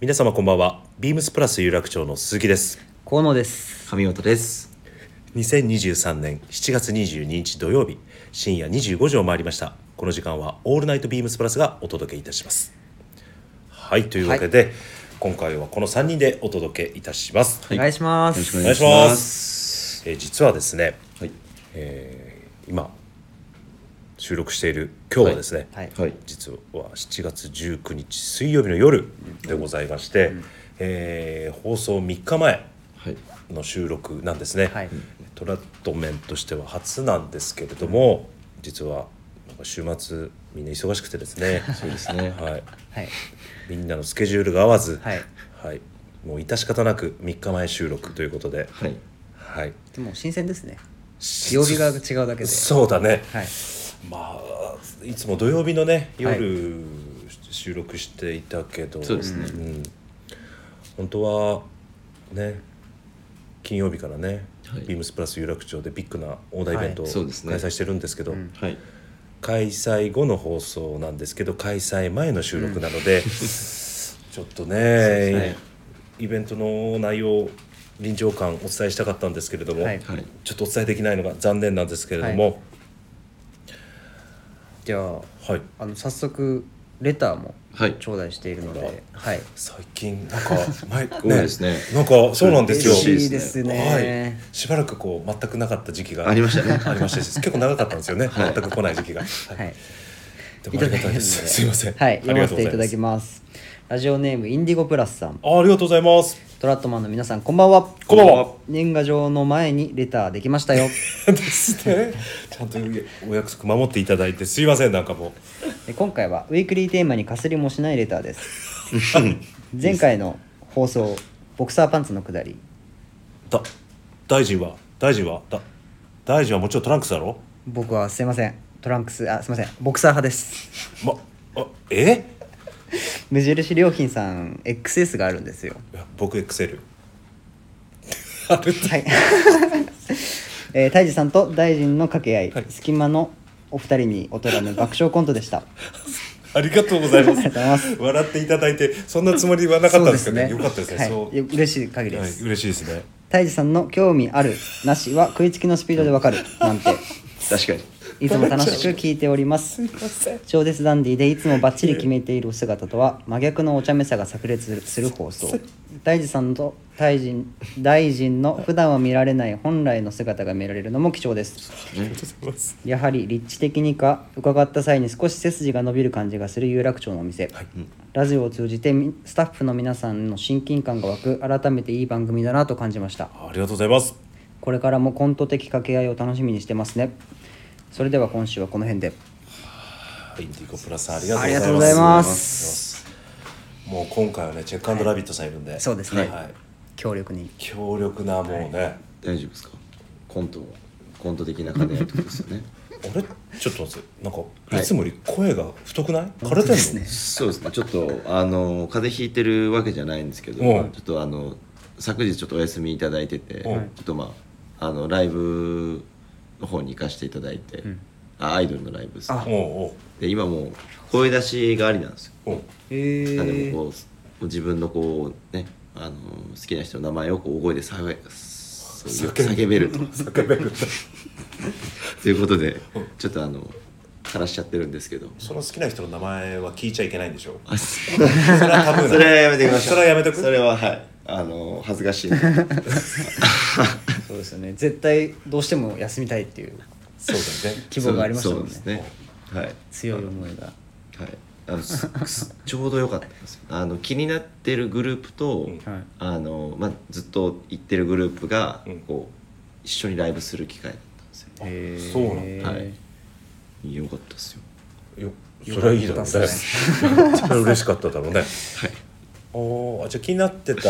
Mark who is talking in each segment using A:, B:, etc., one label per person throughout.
A: 皆様こんばんはビームスプラス有楽町の鈴木です
B: 河野です
C: 神本です。
A: 2023年7月22日土曜日深夜25時を回りましたこの時間はオールナイトビームスプラスがお届けいたしますはいというわけで、今回はこの3人でお届けいたします、
B: お願いします
C: よろしく
A: お
C: お
A: 願
C: 願
A: いしま
C: いします
A: えー実はですね
C: はい。
A: 今収録している今日はですね、
B: はい
C: はい。
A: 実は7月19日水曜日の夜でございまして、えー放送3日前
C: はい。
A: の収録なんですね、
B: はい
A: トラットメンとしては初なんですけれども、実はなんか週末みんな忙しくてです ね
C: そうですね。
A: はい、
B: はい
A: みんなのスケジュールが合わず、
B: はい
A: はいもう致し方なく3日前収録ということで、
C: はい。
A: はい、
B: でも新鮮ですね曜日が違うだけで
A: そうだね、
B: はい
A: まあいつも土曜日のね夜、
B: はい
A: 収録していたけど
C: そうですね
A: ん本当はね金曜日からね、
C: はい
A: ビームスプラス有楽町でビッグな大台イベントを
C: は
A: 開
C: いそうですね
A: 催してるんですけど、
B: うん
C: はい。
A: 開催後の放送なんですけど開催前の収録なので、ちょっとね
C: ね
A: イベントの内容臨場感お伝えしたかったんですけれども、
B: はい
C: はい。
A: ちょっとお伝えできないのが残念なんですけれども、
B: じゃあ
A: はい
B: あの早速レターも
C: はい。
B: 頂戴しているの
A: あら
B: ではい
A: 最近なん か前ね
C: 多いですね
A: なんかそうなんですよ。
C: 嬉
B: 嬉し
C: し
B: い
C: い
B: で
C: ですす
A: はい
B: ね、
A: しばらくこう全くなかった時期が
C: ありましたね
A: ありました し結構長かったんですよね、
C: はい
A: 全く来ない時期が、はい
B: はい
A: でもありがたいですすいません
B: はい
A: あり
B: 読
A: がと
B: ませ
A: う
B: てい
A: ございま
B: ただ
A: す
B: きますラジオネームインディゴプラスさん
A: あありがとうございます
B: トラットマンの皆さんこんばんは
A: こんばんは
B: 年賀状の前にレターできました よ
A: ですねちゃんとお約束守っていただいてすいませんなんかも
B: で今回はウィークリーテーマにかすりもしないレターです 前回の放送ボクサーパンツのくだり
A: うだ大臣は大臣はだ大臣はもちろんトランクスだろ
B: 僕はすいませんトランクスあすいませんボクサー派です
A: まあえ
B: 無印良品さん XS があるんですよ
A: いや僕 XL ある
B: はい えー、大治さんと大臣の掛け合い、
A: はい
B: 隙間のお二人に劣らぬ爆笑コントでした
A: ありがとうございま
B: ありがとうございます
A: す。笑っていただいて、そんなつもりはなかったんですけど、よかったですね。
B: はい、
A: そう
B: よ嬉しい限りで
A: はい、
B: す、
A: 嬉しいですね。
B: 大治さんの興味あるなしは食いつきのスピードでわかるなんて
C: 確かに。
B: いつも楽しく聞いております超絶ダンディでいつもバッチリ決めているお姿とは真逆のお茶目さが炸裂するする放送大臣さんと大臣大臣の普段は見られない本来の姿が見られるのも貴重ですやはり立地的にか伺った際に少し背筋が伸びる感じがする有楽町のお店、ラジオを通じてみスタッフの皆さんの親近感が湧く改めていい番組だなと感じました
A: ありがとうございます。
B: これからもコント的掛け合いを楽しみにしてますねそれでは今週はこの辺で
A: インディゴプラスさん、あり
B: あり
A: が
B: が
A: とう
B: と
A: ご
B: うご
A: ざ
B: ざ
A: い
B: い
A: ま。
B: ます
A: もう今回はね、チェックラビットさんいるんで。
B: そうですね
A: はい。
B: 強力に
A: 強力なもうね。
C: 大丈夫ですか。コント。コント的な兼ね合いってことですよね。
A: あれ、ちょっと待って、なんか、
C: はい
A: いつもより声が太くない。枯れてんの。
C: そうですね。ちょっと、あの、風邪ひいてるわけじゃないんですけど。ち
A: う
C: ょ
A: ん
C: っと、あの。昨日ちょっとお休みいただいてて、ち
A: う
C: ょ
A: ん
C: っと、まあ。あの、ライブ。の方に行かせていただいて。あ、アイドルのライブですね。
B: あ
A: おう
C: で、今もう。声出しがありなんですよ。
A: おう。おう。
B: へ
C: なんでもこう自分のこうねあの好きな人の名前をこう大声で叫べそう
A: 叫ぶ
C: 叫べると
A: 叫べる。
C: ということでちょっとあの枯らしちゃってるんですけど
A: その好きな人の名前は聞いちゃいけないんでしょ
C: あそ
A: それはタ ブーなの
C: それはやめてください
A: それはやめとく
C: それははいあの恥ずかしいので
B: そうですよね絶対どうしても休みたいっていう
A: そうだよね。
B: 希望がありましたもんね
C: そうそうですねはいはい
B: 強い思いが
C: あのすすちょうど良かったんですよあの気になってるグループと、
A: ん
B: はい
C: あのまあ、ずっと行ってるグループが
A: うん
C: こう一緒にライブする機会だったんですよね
B: へー
A: そうなん
C: だはい良かったですよ
A: よそれはいいだ ろうね。そ
B: よ
A: れ
B: かったっ
A: は嬉しかっただろうね。おーあじゃあ気になってた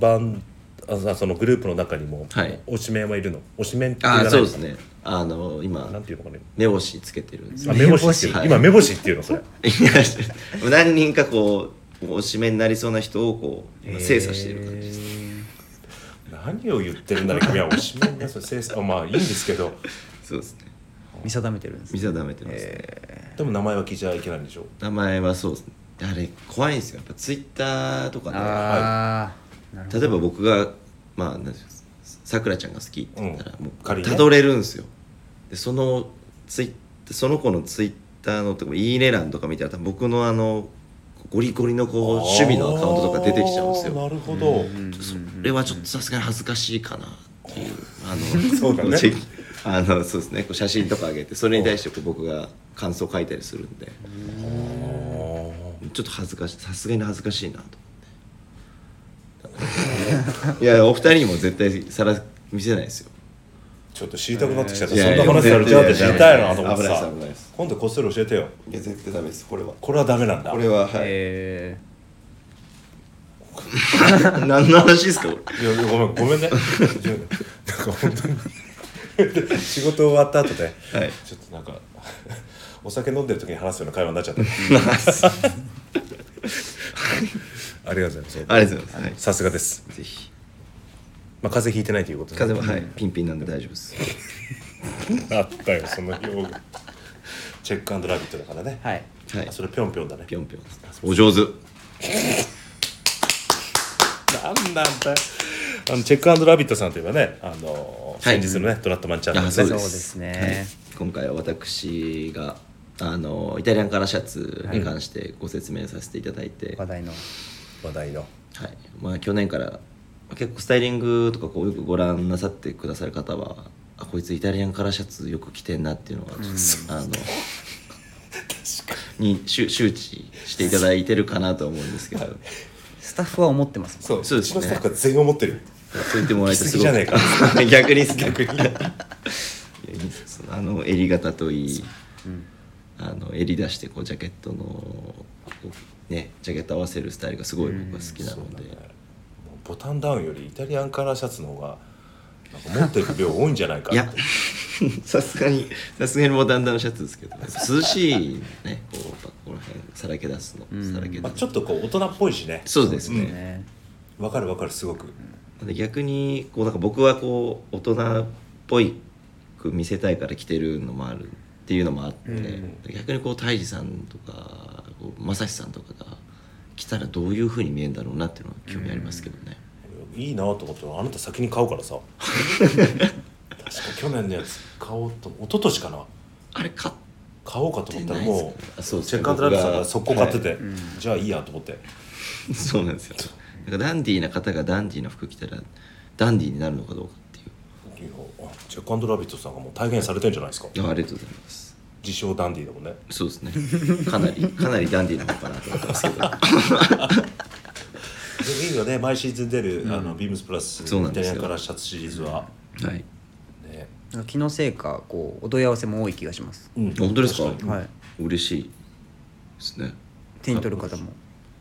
A: バンあさそのグループの中にも、
C: はい
A: 推しメンはいるの推しメンって言わ
C: あ
A: ない
C: そうですねあの
A: な
C: 今
A: んていうのかね
C: 目星つけてるんです
A: あ
C: よ
A: 目星っていう
C: 目星
A: 今目星っていうのそれ
C: いや何人かこうおしめになりそうな人をこう今精査している感じです、
A: 何を言ってるんだろう君は推しメンねそれせいあまあいいんですけど
C: そうですね
B: 見定めてるんですね
C: 見定めてますね、
A: でも名前は聞いちゃいけないんでしょ
C: 名前はそうですねであれ怖いんですよやっぱツイッターとかで、
B: ああ、なるほど
C: 例えば僕がまあなんていうんですかさくらちゃんが好きって言ったら、
A: うん
C: も
A: 仮
C: う
A: に
C: た
A: ね
C: どれるんですよでそのツイその子のツイッターのとかいいね欄とか見たら多分僕のあのゴリゴリのこう趣味のアカウントとか出てきちゃうんです
A: あーな
C: よ
A: るほど、
B: うん
C: それはちょっとさすがに恥ずかしいかなっていうあの
A: そうだね
C: ちあのそうですねこう写真とか上げてそれに対してこう僕が感想書いたりするんでちょっと恥ずかしいさすがに恥ずかしいなと思っていやお二人にも絶対さら見せないですよ
A: ちょっと知りたくなってきちゃった、
C: いやいや
A: そんな話されちゃうって知りたいなと思って
C: 危
A: さ
C: ないです危ないです
A: 今度こっそり教えてよ
C: いや絶対ダメですこれは
A: これはダメなんだ
C: これははい、
B: え
C: 何の話ですかこれ
A: いやごめんご めんねなんか本当に仕事終わった後で、
C: はい
A: ちょっとなんかお酒飲んでる時に話すような会話になっちゃったありがとうございま
C: ありがとうございます
A: さすがです、
C: はい、ぜひ
A: まあ、風邪ひいてないということで
C: 風ははいピンピンなんで大丈夫です
A: あったよその用語チェックアンドラビットだからね、
B: ー、はい。
C: はい
A: あそれぴょんぴょんだね
C: ぴょんぴょんですお上手
A: なんなんだよあのチェックアンドラビットさんといえばねあの
C: はい
A: 先日のね、ドラットマンチャンネル
C: あ
A: ね
C: そうです
B: ね
C: はい今回は私があのイタリアンカラーシャツに関してご説明させていただいて、
B: 話題の。
A: 話題の
C: はいまあ、去年から結構スタイリングとかこうよくご覧なさってくださる方はあこいつイタリアンカラーシャツよく着てんなっていうのが、あのに周周知していただいてるかなと思うんですけど、
B: スタッフは思ってますもん。
A: そう
C: そう
A: う
C: で
A: ち
C: すね
A: のスタッフが全員思ってる
C: そう言ってもらえて
A: 着す
C: すご
A: ぎじゃね
C: く 逆にっすね
A: 逆に
C: いやいいですあの襟型といい
B: うん
C: あの襟出してこうジャケットのこうねジャケット合わせるスタイルがすごい僕は好きなので、
A: もうボタンダウンよりイタリアンカラーシャツの方がなんか持ってる量多いんじゃないかっ
C: いや
A: て
C: さすがにさすがにもうだんだんシャツですけど涼しいねこうやっぱこの辺さらけ出すの、
B: うん
C: さらけ
A: まあ、
C: 出
A: ち
C: す
A: ょっとこう大人っぽいしね
C: そうですね、
B: ね。
A: わかるわかるすごく
C: なんで逆にこうなんか僕はこう大人っぽいく見せたいから着てるのもあるっていうのもあって、
B: うん
C: 逆にこう泰治さんとかこう正志さんとかが着たらどういうふうに見えるんだろうなっていうのは興味ありますけどね、
A: いいなと思ってあなた先に買うからさ確か去年のやつ買おうと一昨年かな
C: あれ買っ
A: 買おうかと思ったらも
C: 買ってないですね
A: う
C: あそうです
A: チ
C: ね
A: ェックアンドラビットさんが速攻買ってて、
C: は
B: うん
A: じゃあいいやと思って
C: そうなんですよなんかダンディーな方がダンディーな服着たらダンディーになるのかどうかっていう
A: いやあチェックアンドラビットさんがもう体現されてんじゃないですか
C: あありがとうございます
A: 自称ダンディーだもんね
C: そうですねかなりかなりダンディーなのかなと思って ますけど
A: でいいよね毎シーズン出る、あのビームスプラスイ
C: そうなん
A: タ
C: です
A: リ
C: よ
A: アンカラーシャツシリーズは、
C: はい
A: ね
B: 気のせいか、こう、お問い合わせも多い気がします。
A: うん
C: あ本当ですか、
A: 確に
B: はい
C: 嬉しいですね
B: 手に取る方も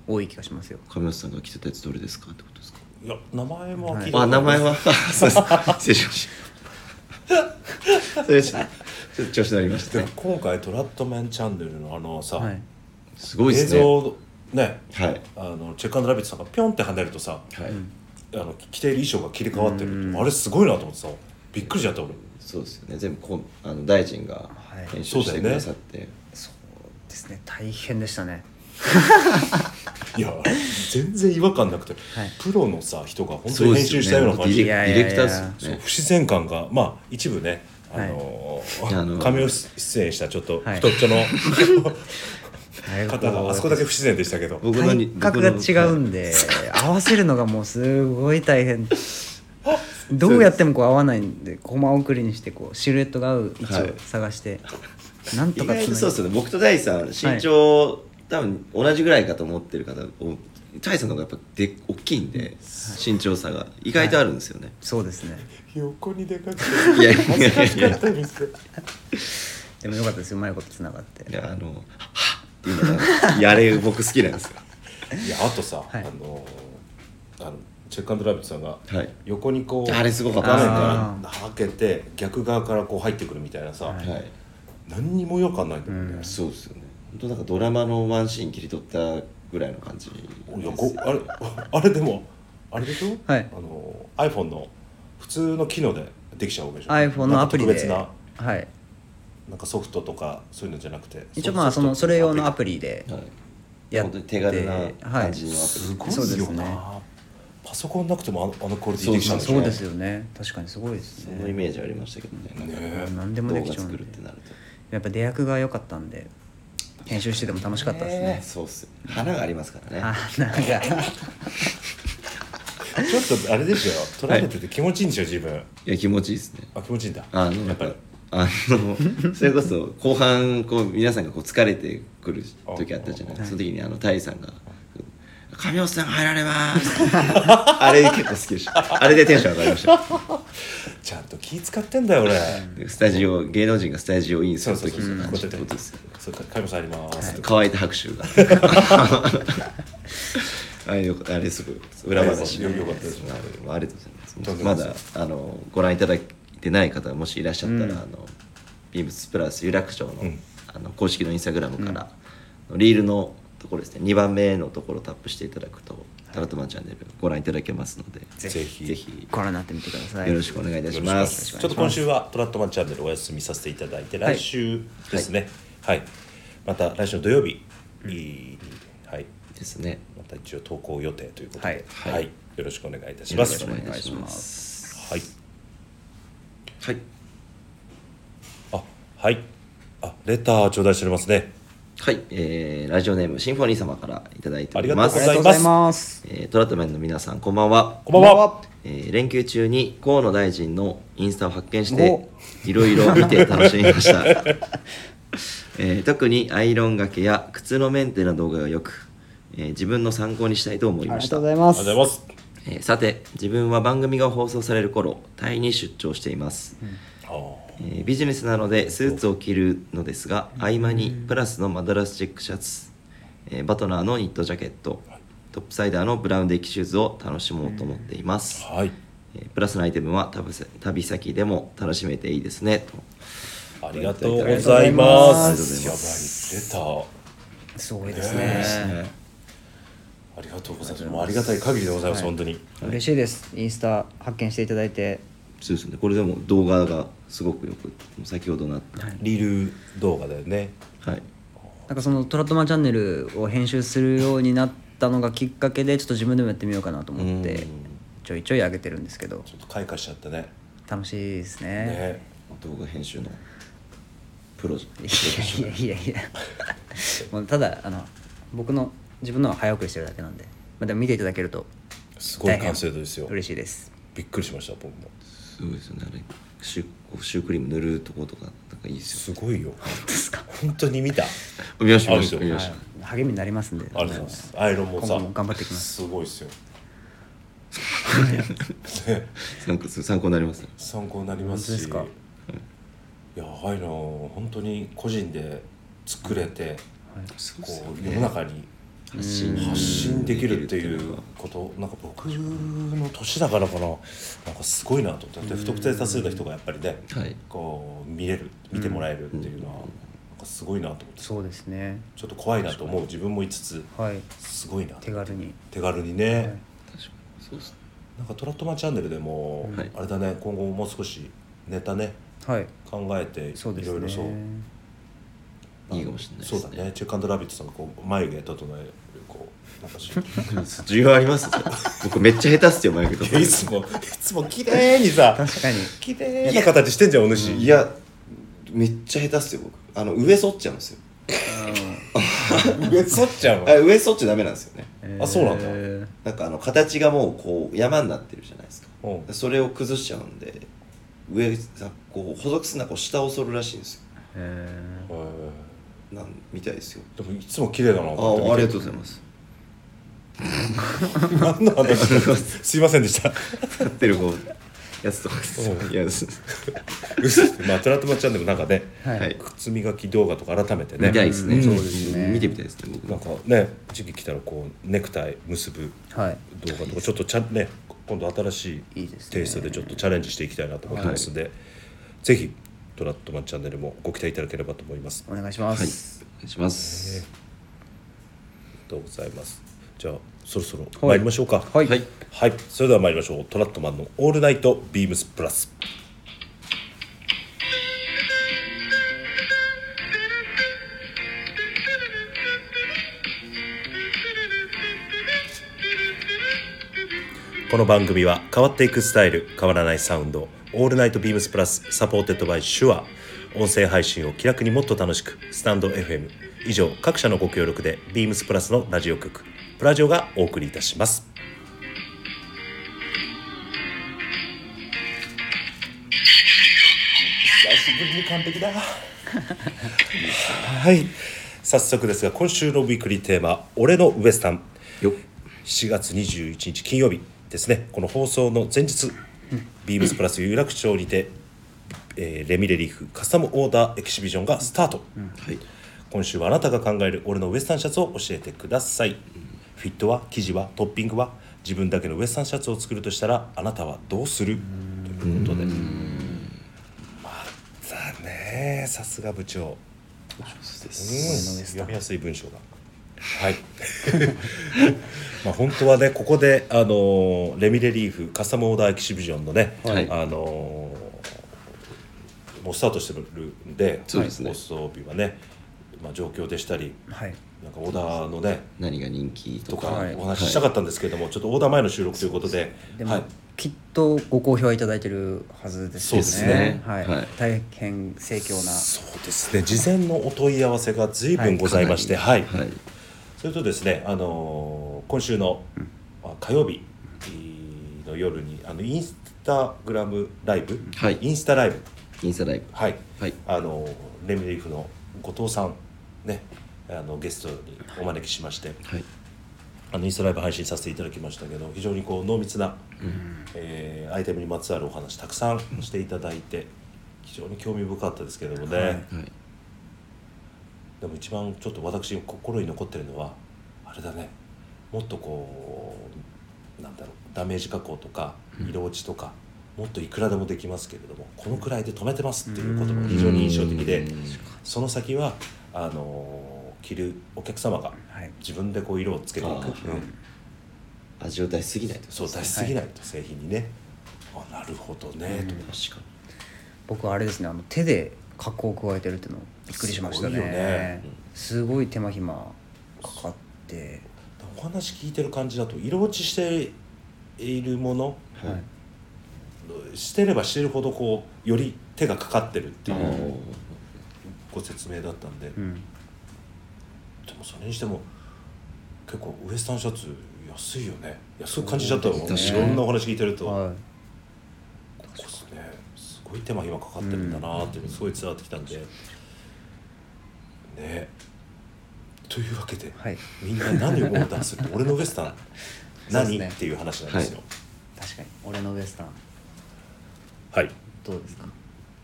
B: 多い気がしますよ。
C: 亀梨さんが着てたやつどれですかってことですか
A: いや名前も聞いたことない
C: あ名前 はそうです失礼しましたそれちょっとちょっと調子乗りました
A: でも
C: ね
A: 今回トラットメンチャンネルのあのさ、
B: はい。
C: すごいで
A: 映
C: すね
A: 像ね
C: はい
A: あのチェックアンドラビットさんがピョンって跳ねるとさ
C: はい、
A: あの着ている衣装が切り替わってるあれすごいなと思ってさびっくりしちゃった俺
C: そうですよね全部こんあの大臣が
B: はい
C: 編集してくださって、
B: そうですね。大変でしたね。
A: い や全然違和感なくて、
B: はい
A: プロのさ人が本当
C: そう
A: に
C: で
A: 編
C: すよ
A: 集し
C: ね
A: たような感じ
C: デ
B: い
A: で
B: や
C: ィ
B: いやい
C: レ
B: や
C: クターです
A: そう
C: よね
A: 不自然感がまあ一部ねあの
C: はいあの
A: 仮面出演したちょっと
B: はい
A: 太っちょ の
B: れがこう
A: 方があそこだけ不自然でしたけど
C: 僕の
B: 体
C: に
B: 格が違う
C: 僕の
B: んで、合わせるのがもうすごい大 変。どうやってもこう合わないんで、コマ送りにしてこうシルエットが合う位置を探して、なんと
C: 意
B: か
C: 外
B: つ
C: と
B: なげ
C: そうですよね僕と大地さん身長、多分同じぐらいかと思ってる方お大地さんの方がやっぱで大きいんで身長差が意外とあるんですよね、
B: そうですね。
A: 横にでかくて
C: いやい
A: 恥ず
C: や
A: か
C: い
A: しか
C: や
A: ったりして
B: でもよかったですよ。うまいことつながって
C: い。やあの「はっ」っていうのがやれ僕好きなんですよ
A: いやあとさ、
B: はい
A: あのあのチェックアンドラビットさんが
C: はい
A: 横にこう
C: あれすごかった
A: 画面からはけて逆側からこう入ってくるみたいなさ、
B: はい
C: はい
A: 何にも違和感ないんだよね、
C: そうですよね本当なんかドラマのワンシーン切り取ったぐらいの感じ
A: いやこあれ あれでもあれでしょ、
B: はい
A: あの iPhone の普通の機能でできちゃうわけでしょ
B: iPhone のアプリ
A: なんか特別
B: で、
A: な
B: はい、
A: なんかソフトとかそういうのじゃなくて
B: 一応まあそのそれ用のアプリで
C: はい
B: やっ
C: 本当に手軽な感じのアプリ
A: すご
B: そう
A: い
B: で
A: よ
B: す
A: な、
B: ね
A: パソコンなくてもあのあのクオリティ
C: そう
A: でき
C: です
A: ちゃうんでしょ
B: そうですよね確かにすごいです
C: そのイ
B: ね
C: メージありましたけどね
A: ね
B: 何でもで
C: 動
B: き
C: 画
B: ちゃうんで
C: 作るってなると
B: やっぱ出役が良かったんで編集してても楽しかったですね
C: そうっすよ花がありますからね
B: あなんか
A: ちょっとあれですよ取られてて気持ちいいんでしょ自分
C: いや気持ちいいですね
A: あ気持ちいいんだ
C: あの
A: やっぱり
C: あ のそれこそ後半こう皆さんがこう疲れてくる時あったじゃない
B: あああ
C: その時にあのタイさんが「神尾さん入られます」あれ結構好きでしたあれでテンション上がりました
A: ちゃんと気使ってんだよ俺
C: でスタジオ芸能人がスタジオインす
A: そう
C: る
A: そう
C: 時
A: そうそう
C: の
A: こう
C: 話
A: やって
C: ってことですよ
A: そうか加山さんあります
C: 乾いた拍手 があれよあれすごい裏話
A: よよかったです
C: あありがとうございます
A: とんでも
C: ま
A: ない
C: だ
A: です
C: あのご覧いただいてない方がもしいらっしゃったら、あのビームスプラス有楽町の,、
A: うん
C: あの公式のインスタグラムから、リールのところですね2番目のところをタップしていただくと、タラトマンチャンネルご覧いただけますので
A: ぜひ
C: ぜひ
B: ご覧になってみてください
C: よろしくお願いいたし
A: よろしく
C: ま
A: お願いし
C: す
A: ますちょっと今週はトラットマンチャンネルお休みさせていただいて、
B: はい
A: 来週ですね。はい。また来週の土曜日に、はい。
C: ですね
A: また一応投稿予定ということで、
B: はい
A: はい。
C: はい
A: よろしくお願いいたし
C: よ
A: ま
C: ろ
A: す。
C: しくお願いい
A: は
C: たし
B: お願いしま
C: ます
A: い。
C: はい
A: あ、はい。あ、レター頂戴しておりますね。
C: はい、えーラジオネームシンフォニー様からいただいてお
A: ありが
C: り
A: とうご
C: ま
A: ざ
C: す
B: ありがとうございます
C: えートラットメンの皆さんこんばんは
A: こんばんは。
C: えー連休中に河野大臣のインスタを発見し
B: お
C: ていろいろ見て楽しみました、 えー特にアイロンがけや靴のメンテの動画がよく、えー自分の参考にしたいと思い
B: あ
C: ま
B: り
C: し
B: がと
C: た
B: うございま
A: あ
B: す
A: りがとうござい
C: えーさて自分は番組が放送される頃タイに出張しています、
A: ます。あー
C: えービジネスなのでスーツを着るのですが合間にプラスのマドラスチェックシャツ、えーバトナーのニットジャケットトップサイダーのブラウンデッキシューズを楽しもうと思っています、
A: はい。
C: えープラスのアイテムは旅せ旅先でも楽しめていいですねと
A: ありがとうございます。やばいレター。
B: すごいですね
A: ありがとうございます。もうありがたい限りでございます、
B: はい
A: 本当に。
B: 嬉しいですインスタ発見していただいて
C: そうですねこれでも動画がすごくよく先ほどな
A: リール動画だよね。
C: はい
B: なんかそのトラットマンチャンネルを編集するようになったのがきっかけでちょっと自分でもやってみようかなと思ってちょいちょい上げてるんですけど
A: ちょっと開花しちゃったね。
B: 楽しいですね
A: ね。
C: 動画編集のプロじゃ
B: いやいやいやいやもうただあの僕の自分のは早送りしてるだけなんでまあでも見ていただけると
A: すごい完成度ですよ。
B: 嬉しいです
A: びっくりしました、僕も。
C: すごいですよねあれシュこうシュークリーム塗るとことかなんかいいです
A: す
C: よ
A: ごいよ。本当に見た。
C: 見ました見まし
A: あ
C: た
A: るん
C: 見
A: で
C: ま
A: すよ
C: した
B: 励みになりますんで
A: ありがとうございます。アイロンもさ、
B: 今後も頑張っていきます
A: すごいですよ。ね、
C: 参考参考になりますね
A: 参考になりますし。
B: 本
A: いや、アイロン、本当に個人で作れて、
C: そうですよ
A: こう世の
C: ね
A: 中に。
C: 発信
A: 発信できるってい
C: できる
A: う
C: のが
A: ことなんか僕の年だからかななんかすごいなと思って不特定多数の人がやっぱりね
C: はい
A: こう見れる見てもらえるっていうのはなんかすごいなと思って
B: そうですね
A: ちょっと怖いなと思う自分もいつつ
B: はい
A: すごいな
B: 手軽に
A: 手軽にね、
B: はい
C: 確かにそうですね
A: なんかトラットマンチャンネルでも、
C: はい
A: あれだね今後もう少しネタね
B: はい
A: 考えて
B: そうで
A: い
B: す
A: ろいろ
B: ね
A: そう
C: いいかもしれないです
A: そ
C: ね
A: うだねチェックラビットさんがこう眉毛整えるこう なんかしい
C: 需要ありますそ れ僕めっちゃ下手っすよマイクとか
A: やい つもいつも綺麗にさ
B: 確かに
A: 綺麗な形してんじゃんお主
C: いやめっちゃ下手っすよ僕あの上剃っちゃうんですよ
A: 上そっちゃう
C: あ上剃っちゃダメなんですよね
A: あそうなんだ
B: え
C: なんかあの形がもうこう山になってるじゃないですか
A: うん
C: それを崩しちゃうんで上さこう補足するのはこう下を剃るらしいんですよ
B: ーえ
A: で
C: なんみたいですよ
A: もいつも綺麗だな
C: あ
A: と思
C: あ
A: って
C: りがとうございます
A: 何の話だすいませんでした
C: 立ってるこうやつとかですよ
A: うん
C: いやそう
A: 嘘まあトラットマンチャンネルなんかね
B: ーは
C: はいい
A: 靴磨き動画とか改めてね
C: 見たいですね、
A: うん
B: そうですね
C: 見てみたいですね僕
A: なん
C: も
A: かね時期来たらこうネクタイ結ぶ
B: はい
A: 動画とかちょっとちゃんね今度新し
B: い
A: い
B: いですね
A: テイストでちょっとチャレンジしていきたいなと思ってますので、ぜひトラットマンチャンネルもご期待いただければと思いますあ
B: お願いしま
C: はい
B: す
C: お願いします
A: りがとうございますじゃあそろそろ参りましょうか
B: はい
C: はい
A: はい、それでは参りましょうトラットマンの「オールナイトビームスプラス」
D: Thank you.
A: この番組は変わっていくスタイル変わらないサウンド「オールナイトビームスプラス」サポーテッドバイシュア音声配信を気楽にもっと楽しくスタンド FM 以上各社のご協力でビームスプラスのラジオ局プラジオがお送りいたします久しぶりに完璧だはい早速ですが今週のウィークリーテーマ「俺のウエスタン」
C: よっ
A: 7月21日金曜日ですねこの放送の前日ビームスプラス有楽町にて、えーレミレリーフカスタムオーダーエキシビジョンがスタート、
C: はい
A: 今週はあなたが考える俺のウエスタンシャツを教えてください、フィットは生地はトッピングは自分だけのウエスタンシャツを作るとしたらあなたはどうするということでまたねさすが部長うん読みやすい文章がはい まあ本当はねここであのーレミレリーフカスタムオーダーエキシビジョンのね、
C: はい
A: あのーもうスタートしてるんで
C: そうですね
A: 放送日はね、まあ、状況でしたり
B: はい
A: なんかオーダーのね
C: 何が人気と
A: と
C: か
A: か
B: はい
A: お話ししたかったんですけれども、ちょっとオーダー前の収録ということで
B: でも、
A: はい、
B: きっとご好評はいただいてるはずですよね
A: そうです
C: ね
B: はい
C: はい
B: 大変盛況な
A: そうですね事前のお問い合わせが随分ございまして、はい
C: はい
A: それとですね、あのー今週の、あ火曜日の夜にあのインスタグラムライブ、
C: はい
A: インスタライブ、
C: インスタライブ
A: はい
C: はい
A: あのーレミリーフの後藤さん、ね、あのゲストにお招きしまして、
C: はい
A: あのインスタライブ配信させていただきましたけど非常にこう濃密な、えーアイテムにまつわるお話たくさんしていただいて非常に興味深かったですけれどもね。
B: はい
C: はい
A: でも一番ちょっと私心に残ってるのはあれだねもっとこうなんだろうダメージ加工とか色落ちとか、もっといくらでもできますけれどもこのくらいで止めてますっていう言葉が非常に印象的で
C: うん
A: その先はあのー着るお客様が
B: はい
A: 自分でこう色をつけていく、
C: あー
A: うん
C: 味を出しすぎないと
A: そう出しすぎないと製品にね、あなるほどね、と思いました
C: 確か
B: 僕はあれですねあの手で加工を加えてるっていうのびっくりしましたね
A: すごいよね
B: すごい手間暇かかって
A: お話聞いてる感じだと色落ちしているもの
C: にはい
A: してればしてるほどこうより手がかかってるって
C: あ
A: いう
C: ー
A: ご説明だったんで、
B: うん
A: でもそれにしても結構ウエスタンシャツ安いよね安く感じちゃったわ、
B: そう
C: です
A: い
C: ね
A: ろんなお話聞いてると、
B: は
A: ここですねすごい手間暇かかってるんだなーっていうのがすごい伝わってきたんで、ねというわけで、
B: い、はい、
A: みんな何をオーダーする俺のウエスタン
B: そう
A: 何、
B: ですね
A: っていう話なんですよ
B: 確かに俺のウエスタン
A: はい、
B: どうですか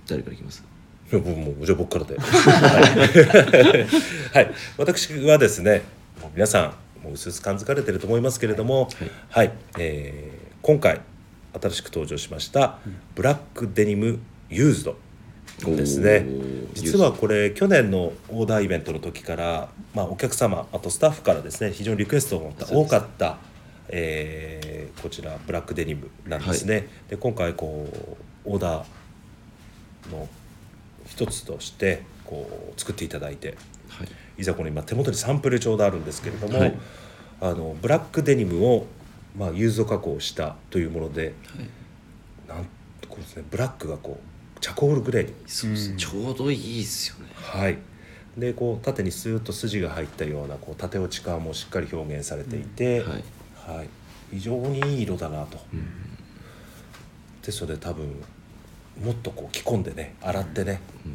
C: 誰からいきます
A: いや僕もうじゃあ僕からではい、はい、私はですねもう皆さんもう薄々感づかれてると思いますけれどもはい、えー今回新しく登場しました、ブラックデニムユーズドですね
C: おー
A: 実はこれ去年のオーダーイベントの時から、まあ、お客様あとスタッフからですね非常にリクエストが多かった、えーこちらブラックデニムなんですね、で今回こうオーダーの一つとしてこう作っていただいて
C: はい
A: いざこの今手元にサンプルちょうどあるんですけれども、
C: はい
A: あのブラックデニムを、まあ、ユーズド加工したというもので
C: はい
A: なんとこうですねブラックがこうチャコールグレーに
C: そうですね
B: うん
C: ちょうどいいですよね
A: はい、でこう縦にスーッと筋が入ったようなこう縦落ち感もしっかり表現されていて、
C: はい
A: はい非常にいい色だなと、
C: うん
A: ですので多分もっとこう着込んでね洗ってね、
C: うん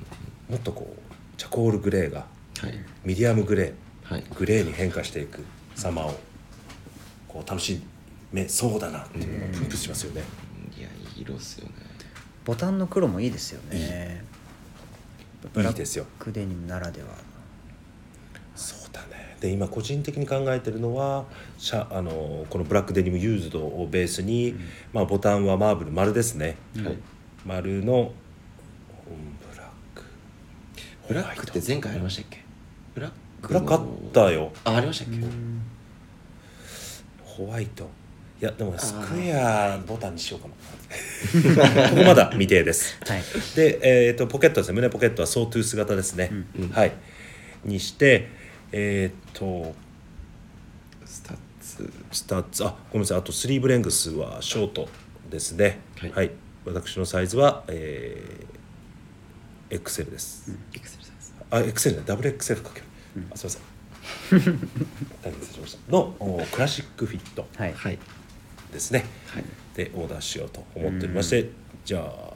A: もっとこうチャコールグレーが
C: はい
A: ミディアムグレ
C: はい
A: ーグレーに変化していく様をこう楽しめそうだなっていうのをプンプンしますよね。
C: いやいい色っすよね
B: ボタンの黒もいいですよねブ
A: い
B: ラ
A: いですよ
B: ックデニムならでは
A: そうだねで今個人的に考えてるのはシャあのこのブラックデニムユーズドをベースに、まあ、ボタンはマーブル丸ですね
C: はい
A: 丸のうんブラック
C: ブラックって前回ありましたっけブラック
A: ブラックあったよ
C: あありましたっけ
A: ホワイトいやでもスクエアボタンにしようかなここまだ未定です
B: はい
A: で、えー、とポケットですね胸ポケットはソートゥース型ですね、
C: うん
A: はいにしてえっ、と
C: スタッツツ
A: スタッツあごめんなさいあとスリーブレングスはショートですねは、
C: はいい
A: 私のサイズはえー、XL です、
C: エクセルサイズ
A: あ XL ねダブル XL かける、あすいません大変失礼しましたのおクラシックフィット
B: はい
C: はい
A: ですね、
C: はい
A: でオーダーしようと思っておりまして、じゃあ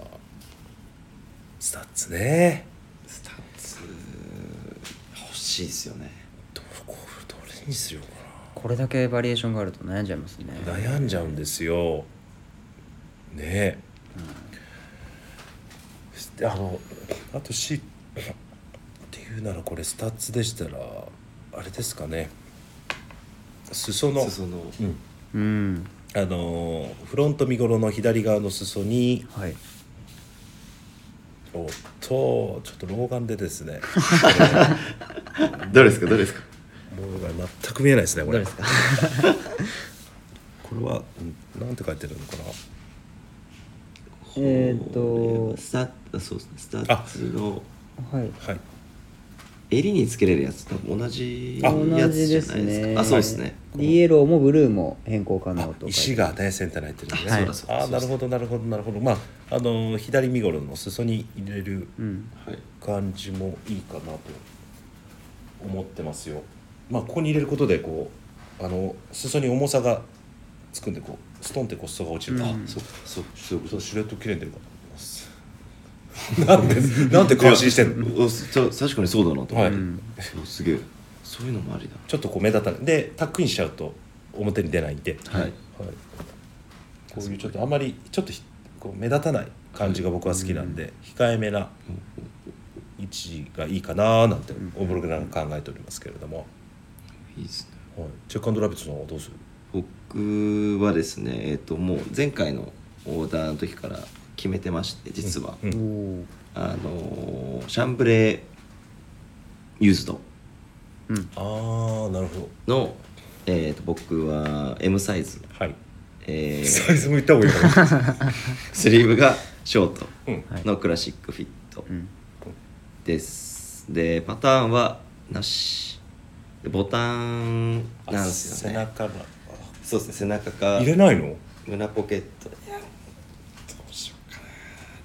A: スタッツね
C: スタッツ欲しいですよね
A: どこどれにするようかな
B: これだけバリエーションがあると悩んじゃいますね
A: 悩んじゃうんですよねえ、あのあと C っていうならこれスタッツでしたらあれですかね裾の
C: 裾の
A: うん、
B: うん
A: あのフロント見頃の左側の裾に
B: はい
A: おっとちょっと老眼でですね
C: どれですかどれですか
A: ものが全く見えないですねこれ
B: どうですか
A: これはうんなんて書いてるのかな
B: えーっと
C: スタッツそうですねスタッツの
B: はい
A: はい
C: 襟につけれるやつ多分同じや
B: あ
C: つじゃな
B: 同
C: い
B: じ
C: で
B: ですす
C: か
B: ね
C: あそうですね
B: イエローもブルーも変更可能
A: あ
B: と
A: 石がねセンターに入ってるんでね、
C: あ
A: はい
C: そうだそうだ
A: あー
C: そう
A: なる
C: だ
A: ほどなるほどなるほどまああのー左身頃の裾に入れる
B: うん
C: はい
A: 感じもいいかなと思ってますよまあここに入れることでこうあの裾に重さがつくんでこうストンってこう裾が落ちる、あ
C: そうそうそういうこ
A: そ
C: と
A: うシルエット綺麗に出るかと思いますなんでなんで感心してんの
C: おそう確かにそうだなと思
A: はい
C: って、そうすげえそういうのもありだ
A: ちょっとこう目立たないでタックインしちゃうと表に出ないんで、
C: なはい
A: はい、こういうちょっとあんまりちょっとひこう目立たない感じが僕は好きなんで、控えめな位置がいいかななんておぼろげながら考えておりますけれども、
C: いいですね
A: はい、チェックアンドラビットさんはどうする
C: 僕はですねえっ、ともう前回のオーダーの時から決めてまして実は、
A: うん
B: お
C: あのーシャンブレーユーズド
B: うん
A: ああなるほど
C: の、えー、と僕は M サイズ、
A: はい、
C: えー
A: サイズもいった方がいいか な、
C: スリーブがショート
A: うん
B: はい
C: のクラシックフィット
B: うん
C: です、でパターンはなしでボタン
A: あ
C: なんですよ
A: 背
C: ね
A: 中が
C: そうですね背中か
A: 入れないの
C: 胸ポケットいやどうしようかな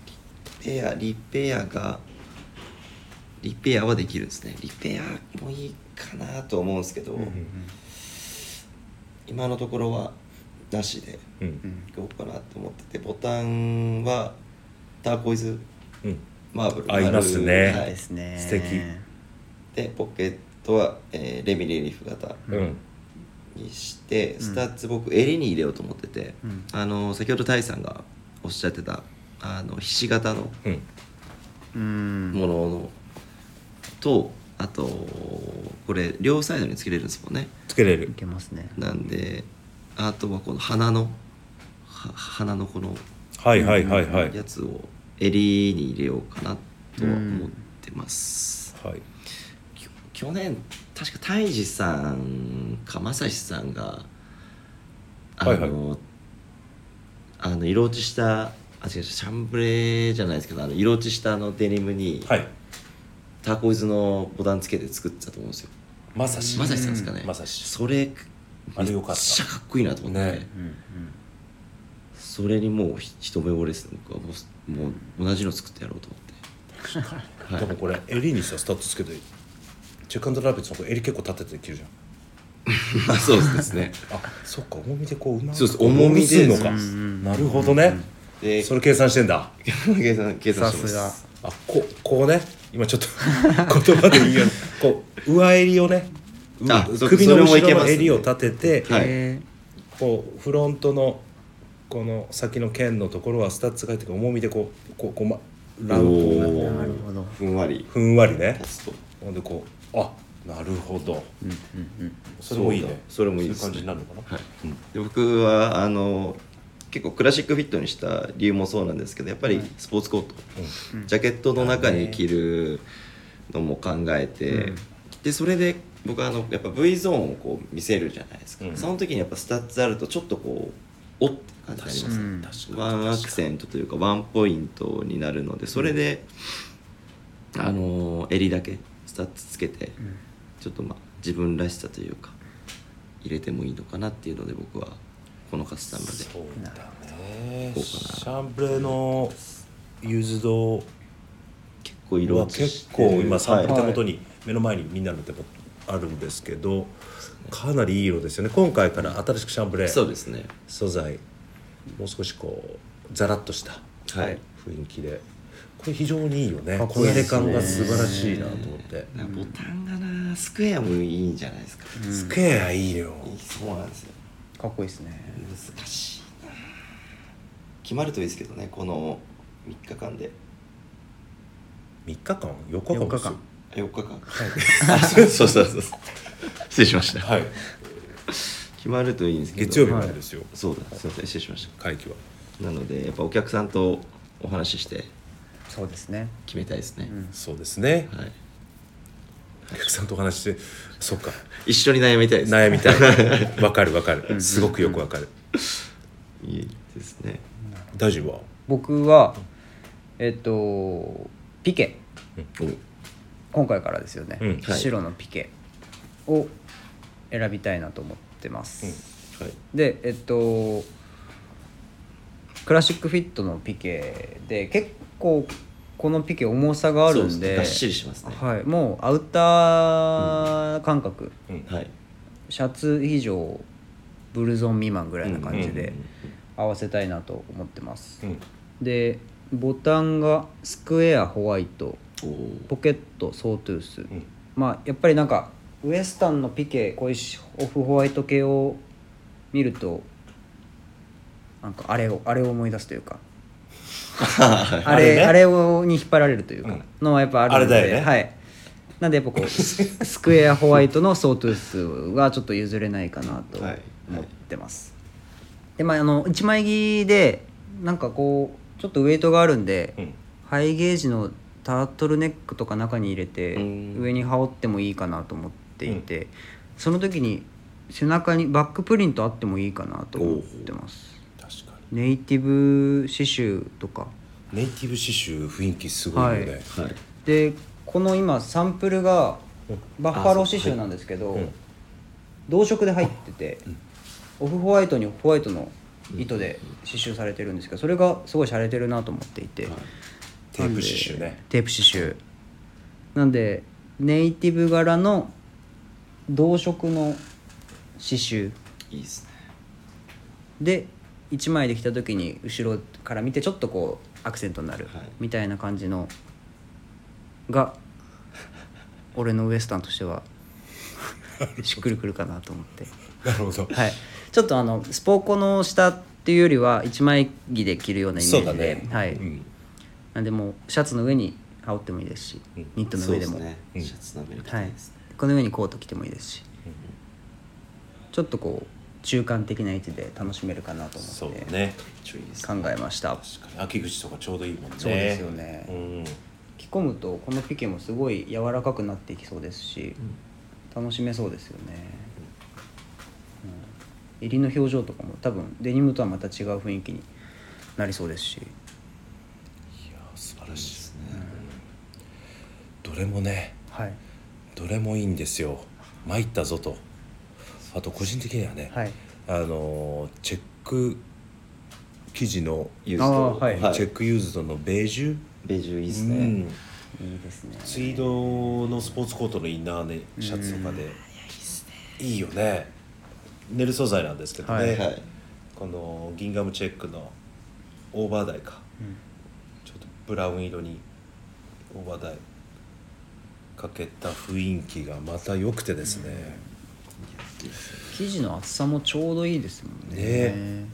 C: リペアリペアがリペアはできるんですねリペアもいいかなと思うんですけど、今のところはなしで
A: うんう
B: うんん
C: いこうかなと思っててボタンはターコイズ
A: うん
C: マーブル
A: 合いますね
C: は
B: で
C: い、
B: すね
A: 素敵
C: でポケットは、えーレミレリーフ型
A: うん、うん
C: にしてスタッツ僕襟に入れようと思ってて、
B: うん
C: あの先ほどタイさんがおっしゃってたあのひし形の
A: うん
B: うん
C: もののとあとこれ両サイドにつけれるんですもんね
A: つけれる
B: いけますね
C: なんであとはこの鼻のは鼻のこの
A: はいはいはいはい、
C: やつを襟に入れようかなとは思ってます、
A: はい
C: きょ去年確か泰治さんか正志さんがあの、
A: はいは
C: あの色落ちしたあ違うシャンブレーじゃないですけどあの色落ちしたあのデニムに、
A: はい
C: ターコイズのボタンつけて作ってたと思うんですよ
A: まさし
C: まさしさんですかね、
A: まさし
C: それ
A: あれよかった
C: めっちゃかっこいいなと思って、
A: ね
B: うんうん
C: それにもうひ一目惚れですね僕はもうもう同じの作ってやろうと思って、はい
A: でもこれ襟にさスタッツつけてチェックアンドラビッツのこれ襟結構立ててできるじゃん
C: まあそうです ね。
A: あそっか重みでこううまく
C: そうです重みで
A: こう結ぶのか
B: うんうん
A: なるほどね
C: で、
A: それ計算してんだ
C: 計算計
B: さ
C: 算してますす。
B: が
A: あここうね今ちょっと 言葉で言いようこう上襟をねう
C: あそ
A: 首の
C: それも
A: 後
C: いけ
A: ろ
C: ま
A: の
C: すね
A: 襟を立てて、
C: はい
B: え
A: こうフロントのこの先の剣のところはスタッツが入ってる重みでこうこうこう、ま、ラウンドをね
B: ー
C: おー
B: なるほど
C: ふんわり
A: ふんわりね
C: 立つと。
A: ほんでこうあなるほど
B: うんうんうん
A: それもいいね
C: そうだそれもいいですね
A: そういう感じになるのかな、
C: はい。で僕はあの結構クラシックフィットにした理由もそうなんですけど、やっぱりスポーツコート、
B: うん
C: ジャケットの中に着るのも考えて、
B: うん
C: でそれで僕はあのやっぱ V ゾーンをこう見せるじゃないですか。
A: うん
C: その時にやっぱスタッツあるとちょっとこうおって感じになります
B: う
C: ね。
A: 確
B: ん
A: か
C: ワ
A: に
C: ンアクセントというかワンポイントになるのでそれで、あのー襟だけスタッツつけて、
B: ん
C: ちょっとまあ自分らしさというか入れてもいいのかなっていうので僕はこのカスタムで
A: そうだね
C: こうかな
A: シャンプレのユズド
C: 結構色
A: は
C: 落ち
A: 結
C: してる
A: 構今サンプル手
C: はい
A: 元に目の前にみんなの手元あるんですけどかなりいい色ですよね今回から新しくシャンプレ
C: そうですね
A: 素材もう少しこうザラッとした
C: はい
A: 雰囲気でこれ非常にいいよね
B: かっ
A: こ
B: こい
A: の
B: いで
A: 手
B: すね
A: 感が素晴らしいなと思って
C: なんかボタンがなスクエアもいいんじゃないですか、
A: スクエアいいよ
C: そうなんですよ
B: かっこいいですね
C: 難しいな決まるといいですけどねこの3日間で
A: 3日間4日間
B: 4日間
C: あ4日間はいそうそうそうそう失礼しました、
A: はい
C: 決まるといいんですけど
A: 月曜日までですよ
C: そうだすいません失礼しまし
A: 会期は
C: たなのでやっぱお客さんとお話しして
B: そうですね
C: 決めたいですね、
B: うん
A: そうですね
C: はい、
A: お客さんとお話ししてそっか
C: 一緒に悩みたいです
A: 悩みた いわかるわかるすごくよくわかる
C: いいですね
A: 大臣は
B: 僕はえっとピケ
C: お
B: 今回からですよね、
A: うん
C: はい
B: 白のピケを選びたいなと思ってます、
C: はい
B: でえっとクラシックフィットのピケで結構このピケ重さがあるん
C: そうすね
B: で
C: がっしりしますね
B: はい、もうアウター感覚、
A: うん
C: はい
B: シャツ以上ブルゾン未満ぐらいな感じ
A: うんうん
B: で合わせたいなと思ってます、
A: うん
B: でボタンがスクエアホワイト
C: おお
B: ポケットソートゥース、
A: うん
B: まあやっぱりなんかウエスタンのピケこういうオフホワイト系を見るとなんかあれをあれを思い出すというかあ
A: あれ
B: れ
A: ね
B: あれをに引っ張られるという
A: う
B: か
A: ん
B: のはやっぱあるので、
A: あれだよね
B: はいなんでやっ ぱこうススクエアホワイトのソートゥースがちょっと譲れないかなと
C: はい
B: 思ってます、でまああの一枚着でなんかこうちょっとウエイトがあるんで、
A: うん
B: ハイゲージのタートルネックとか中に入れて
C: うん
B: 上に羽織ってもいいかなと思っていて、その時に背中にバックプリントあってもいいかなと思ってます
A: 確か
B: ネイティブ刺繍とか
A: にネイティブ刺繍雰囲気すごいよね
C: はい
B: でこの今サンプルが
A: うん
B: バッファロー刺繍なんですけど、
A: うん
B: 同色で入ってて、オフホワイトにホワイトの糸で刺繍されてるんですけどそれがすごい洒落てるなと思っていて、
C: はい
A: テープ刺繍ね
B: テープ刺繍なんでネイティブ柄の同色の刺繍
C: いいですね
B: で1枚できた時に後ろから見てちょっとこうアクセントになる
C: はい
B: みたいな感じのが俺のウエスタンとしてはしっくりくるかなと思って。
A: なるほど
B: はい、ちょっとあのスポーコの下っていうよりは一枚着で着るようなイメー
A: そう
B: ジ
A: だ
B: で、
A: ね
B: はい
A: うん
B: なんでもうシャツの上に羽織ってもいいですし、
A: うん
B: ニットの
C: そう
B: 上
C: で
B: ですも
C: ね
A: うん
C: シャツの上に着た
B: はいい
C: ですね、、
B: この上にコート着てもいいですし、ちょっとこう中間的な位置で楽しめるかなと
A: そ
B: 思
A: う
B: って
A: だね
C: めっちょいいです
B: 考えました、
A: 確かに秋口とかちょうどいいもんね
B: そうですよね
A: うん
B: 着込むとこのピケもすごい柔らかくなっていきそうですし、楽しめそうですよね、うん、襟の表情とかも多分デニムとはまた違う雰囲気になりそうですし
A: いやー素晴らしいです
C: ね
A: どれもね
B: はい
A: どれもいいんですよ参ったぞとあと個人的にはね、
B: はい
A: あのーチェック生地の
C: ユー
B: あ
C: ズ
B: あ
C: ド
B: はい
A: チェックユーズドのベージュ
C: ベージュいいです
A: う
C: ね
A: ん
B: いいですね
A: ツイードのスポーツコートのインナーねシャツとかで、いいよね寝る素材なんですけどね、
B: はい
C: はい
A: このギンガムチェックのオーバーダイか
B: うん
A: ちょっとブラウン色にオーバーダイかけた雰囲気がまた良くてですね、
B: 生地の厚さもちょうどいいですもんね
A: ねえ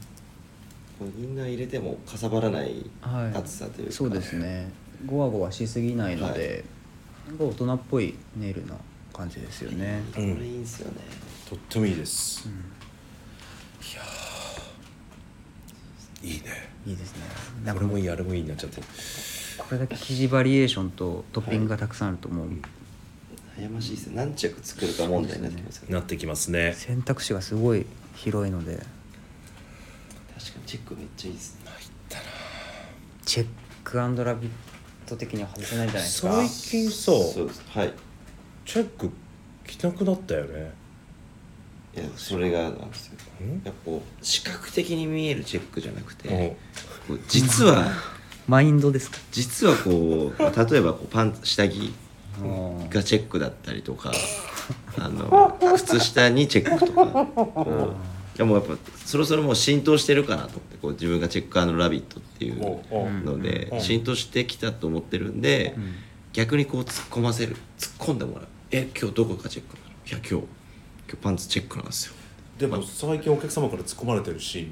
C: こうインナー入れてもかさばらない
B: はい
C: 厚さというか、
B: そうですねゴワゴワしすぎないので、なんか大人っぽいネイルな感じですよね
C: これいいんですよね、
A: とってもいいです、いやーいいね
B: いいですねなん
A: こ
B: か
A: れもいいあれもいいになっちゃって
B: これだけ生地バリエーションとトッピングがたくさんあるともう
C: 悩ましいですね何着作るか問題になってますよね
A: なってきますね
B: 選択肢がすごい広いので
C: 確かにチェックめっちゃいいですね
B: チェックアンドラビット的には外せないんじゃないですか
A: 最近そう
C: ですはい
A: チェック着なくなったよね
C: えいやそれがなんですよやっぱこう視覚的に見えるチェックじゃなくて
A: うん
C: こう実は
B: マインドですか
C: 実はこうまあ例えばこうパン下着
B: あー
C: がチェックだったりとかあの靴下にチェックとかこういやもうやっぱそろそろもう浸透してるかなと思ってこう自分が「チェッカーのラビット!」っていう
A: おうおう
C: ので
A: うん
C: 浸透してきたと思ってるんで逆にこう突っ込ませる突っ込んでもらう「え今日どこがチェックなの?」いや今日今日パンツチェックなんですよ」
A: でも最近お客様から突っ込まれてるし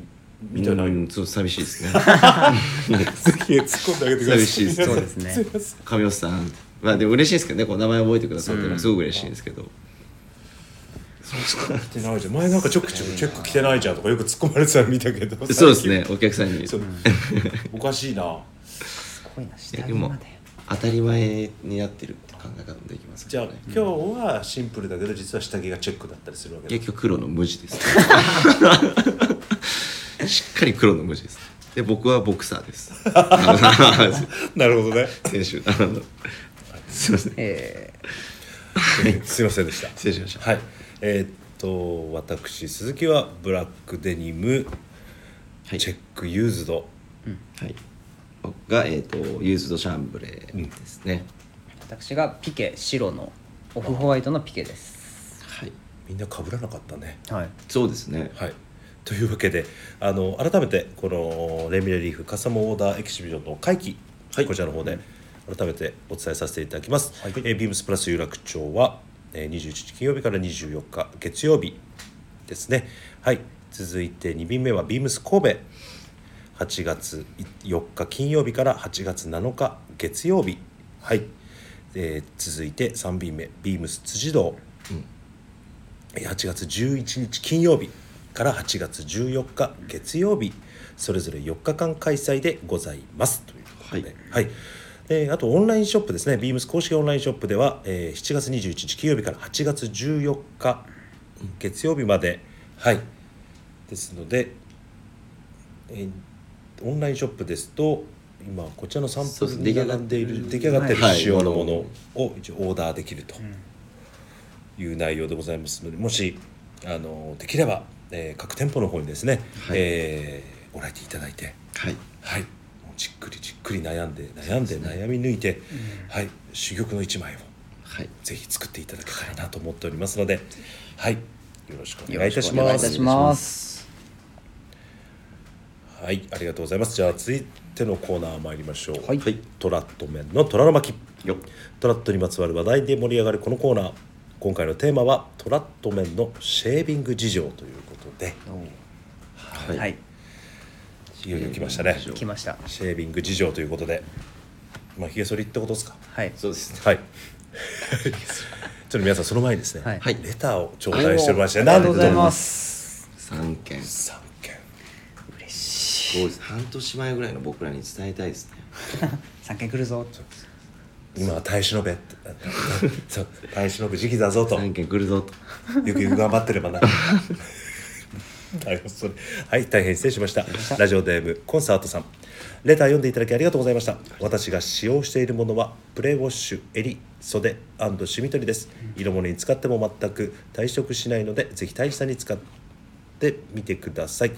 A: 見てない
C: うん
A: よ
C: そう寂しいですね
A: ぜひ突っ込んであげてください
C: 寂しいです
B: そうですね
A: すいません
C: 神尾さんまあでも嬉しいですけどねこう名前覚えてくださってるの
B: う
C: は
B: ん
C: すごく嬉しいんですけど、
A: 来てないじゃん前なんかちょくちょくチェック来てないじゃんとかよく突っ込まれてたの見たけど
C: そうですねお客さんに
A: そうおかしいな
B: すごいな
C: い
B: 下
C: や
B: 着
C: でも
B: まで
C: 当たり前になってるって考え方もできます
A: じ
C: け
A: ゃあ
C: どね
A: 今日はシンプルだけど実は下着がチェックだったりするわけだ
C: 結局黒の無地です しっかり黒の無地ですで僕はボクサーです あ
A: なるほどね
C: の 選手あのすいません
B: え
A: すいませんでした
C: 失礼しました
A: はいえーっと私鈴木はブラックデニム
C: はい
A: チェックユーズド
C: はい僕が、えー、とユーズドシャンブレーですね、
B: ー私がピケ白のオフホワイトのピケです
C: はい
A: みんな被らなかったね
B: はい
C: そうですね
A: はいというわけであの改めてこのレミレリーフカサモオーダーエキシビションの会期、こちらの方で改めてお伝えさせていただきます、えービームスプラス有楽町はえー21日金曜日から24日月曜日ですねはい続いて2便目はビームス神戸8月4日金曜日から8月7日月曜日はい、えー続いて3便目ビームス辻堂、えー8月11日金曜日から8月14日月曜日それぞれ4日間開催でございますということで、はいであとオンラインショップですねビームス公式オンラインショップでは、えー7月21日金曜日から8月14日月曜日まで、はいですのでえーオンラインショップですと今こちらのサンプル
C: そう
A: に
C: ですね
A: 並んでいる出来上がっている
C: はい
A: 仕様のものを一応オーダーできるという内容でございますのでもしあのできれば、えー各店舗の方にですね、
C: はい
A: えーご来店いただいて、
C: はい
A: はい、もうじっくりじっくり悩んで悩んで悩み抜いて、はい、珠玉の一枚を
C: はい
A: ぜひ作っていただけたらなと思っておりますので、はい、よろしくお
B: よ
A: 願い
B: ろ
A: いた
B: し
A: し
B: くお願い
A: ま
B: いた
A: す
B: し。ます
A: はい、ありがとうございます。じゃあ続いてのコーナー参りましょう。
B: はい
C: はい
A: トラットメンの虎の巻。
C: よっ
A: トラットにまつわる話題で盛り上がるこのコーナー。今回のテーマはトラットメンのシェービング事情ということで、
C: は
B: はい
A: いよいよ来ましたね。
B: 来ました
A: シェービング事情ということで、まあ髭剃りってことですか。
B: はい
C: そうですね
A: はい。ちょっと皆さんその前にですね、
B: はい
A: レターを頂戴しておりまして、
B: ありがとう
A: と
B: ございます
C: 三件す
A: 三件。
B: 嬉しい
C: ごいです半年前ぐらいの僕らに伝えたいですね
B: 3回来るぞ
A: 今は耐え忍べって、 そう耐え忍ぶ時期だぞと。
C: 三件来るぞと
A: ゆくゆく頑張ってればな。大変それはい、大変失礼しました。ラジオネームコンサートさん。レター読んでいただきありがとうございました。私が使用しているものはプレウォッシュ、襟、袖シミ取りです。色物に使っても全く退色しないので、ぜひ大使さんに使ってみてください。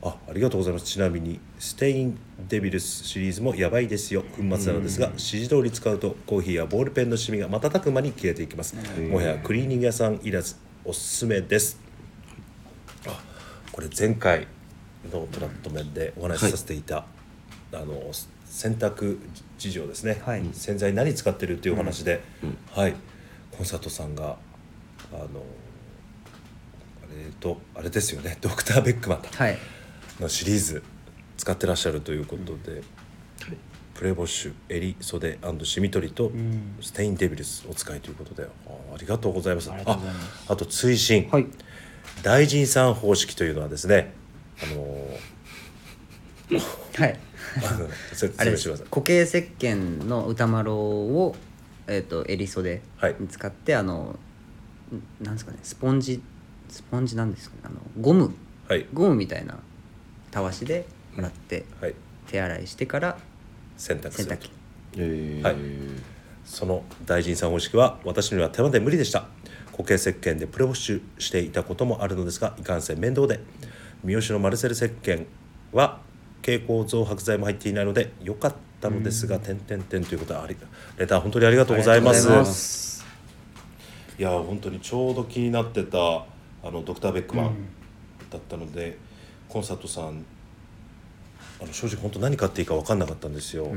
A: あありがとうございますちなみにステインデビルスシリーズもやばいですよ粉末なのですが指示通り使うとコーヒーやボールペンのシミが瞬く間に消えていきますもはやクリーニング屋さんいらずおすすめですあこれ前回のトラット面でお話しさせていた、あの洗濯事情ですね、
B: はい
A: 洗剤何使ってるっていうお話で、はいコンサートさんがあのあれとあれですよねドクター・ベックマンだ
B: はい
A: のシリーズ使ってらっしゃるということで、プレボッシュ襟袖シミ取りとステインデビルスお使いということで、あありがとうございますあ
B: りがとうございま
A: あと追伸、
B: はい
A: 大臣さん方式というのはですねあの ー
B: はい
A: あの説
B: あれ
A: 明
B: で
A: してく
B: す
A: ださい
B: 固形石鹸の歌丸を、えー、と襟袖
A: はい
B: に使って、あのんなんですかねスポンジスポンジなんですかねあのゴム
A: はい
B: ゴムみたいなたわしで洗って、
A: はい
B: 手洗いしてから
A: 洗濯す
B: 洗
A: る
B: 濯機
C: え
A: はいその大臣さん方式は私には手間で無理でした固形石鹸でプレウォッシュしていたこともあるのですがいかんせん面倒で三好のマルセル石鹸は蛍光増白剤も入っていないので良かったのですが、点点点ということはありレター本当にありがとうございま
B: あり
A: す
B: がとうございま
A: いや本当にちょうど気になってたあのドクター・ベックマンだったので、コンサートさんあの正直本当何買っていいか分かんなかったんですよ、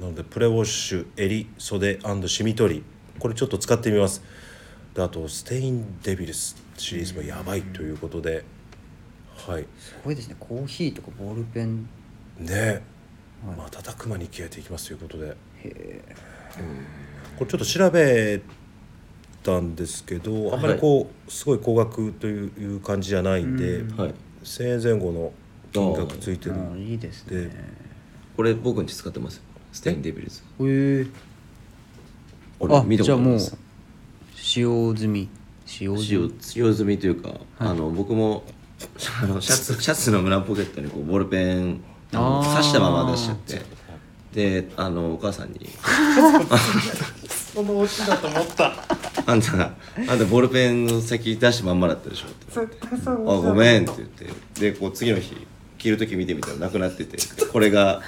A: なのでプレウォッシュ襟袖シミ取りこれちょっと使ってみますであとステインデビルスシリーズもやばいということで、はい
B: すごいですねコーヒーとかボールペン
A: ね
B: はい
A: 瞬く間に消えていきますということで、
B: へ
A: これちょっと調べたんですけどあんまりこう、すごい高額という感じじゃないんで、
B: うん
C: はい
A: 1000円前後の金額ついて
B: え
A: る
B: もういいですねへ
A: で
C: これ僕んち使ってますよステインデビルズ
B: え
C: 俺
B: あ
C: 見たこ
B: じゃ
C: と
B: あ
C: ない
B: もう
C: です
B: 使用済み使用済
C: 使用
B: み
C: 使用済みというか、あの僕もあのシャ ツシャツの胸ポケットにこうボールペンあの
B: あー
C: 刺したまま出しちゃってであのお母さんに
A: そのオチだと思った
C: 「 あんたあんたボールペンの先出したまんまだったでしょ」って「あごめん」って言ってでこう次の日着る時見てみたらなくなっててこれが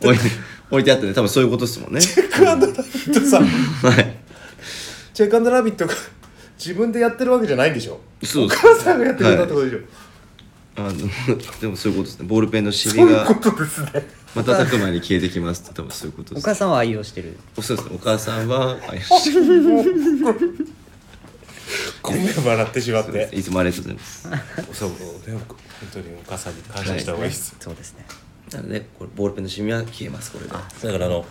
C: 置いて置いてあってね多分そういうことですもんね
A: チェックアンドラビットさ
C: はい
A: チェックアンドラビットが 自分でやってるわけじゃないんでしょ
C: そうです
A: 母さんがやってくれたってことでしょ、
C: あの でもそういうことですねボールペンのシミが
A: そうですね
C: 瞬く間に消えてきますって多分そういうことで
B: お
C: すね
B: 母さんは愛用してる
C: そうですねお母さんはあよし
A: ごめん笑ってしまって
C: いつもありがとうございます
A: そうね本当にお母さんに感謝した方がいいです、
B: そうですね
C: なのでこれボールペンのシミは消えますこれでは
A: だからあの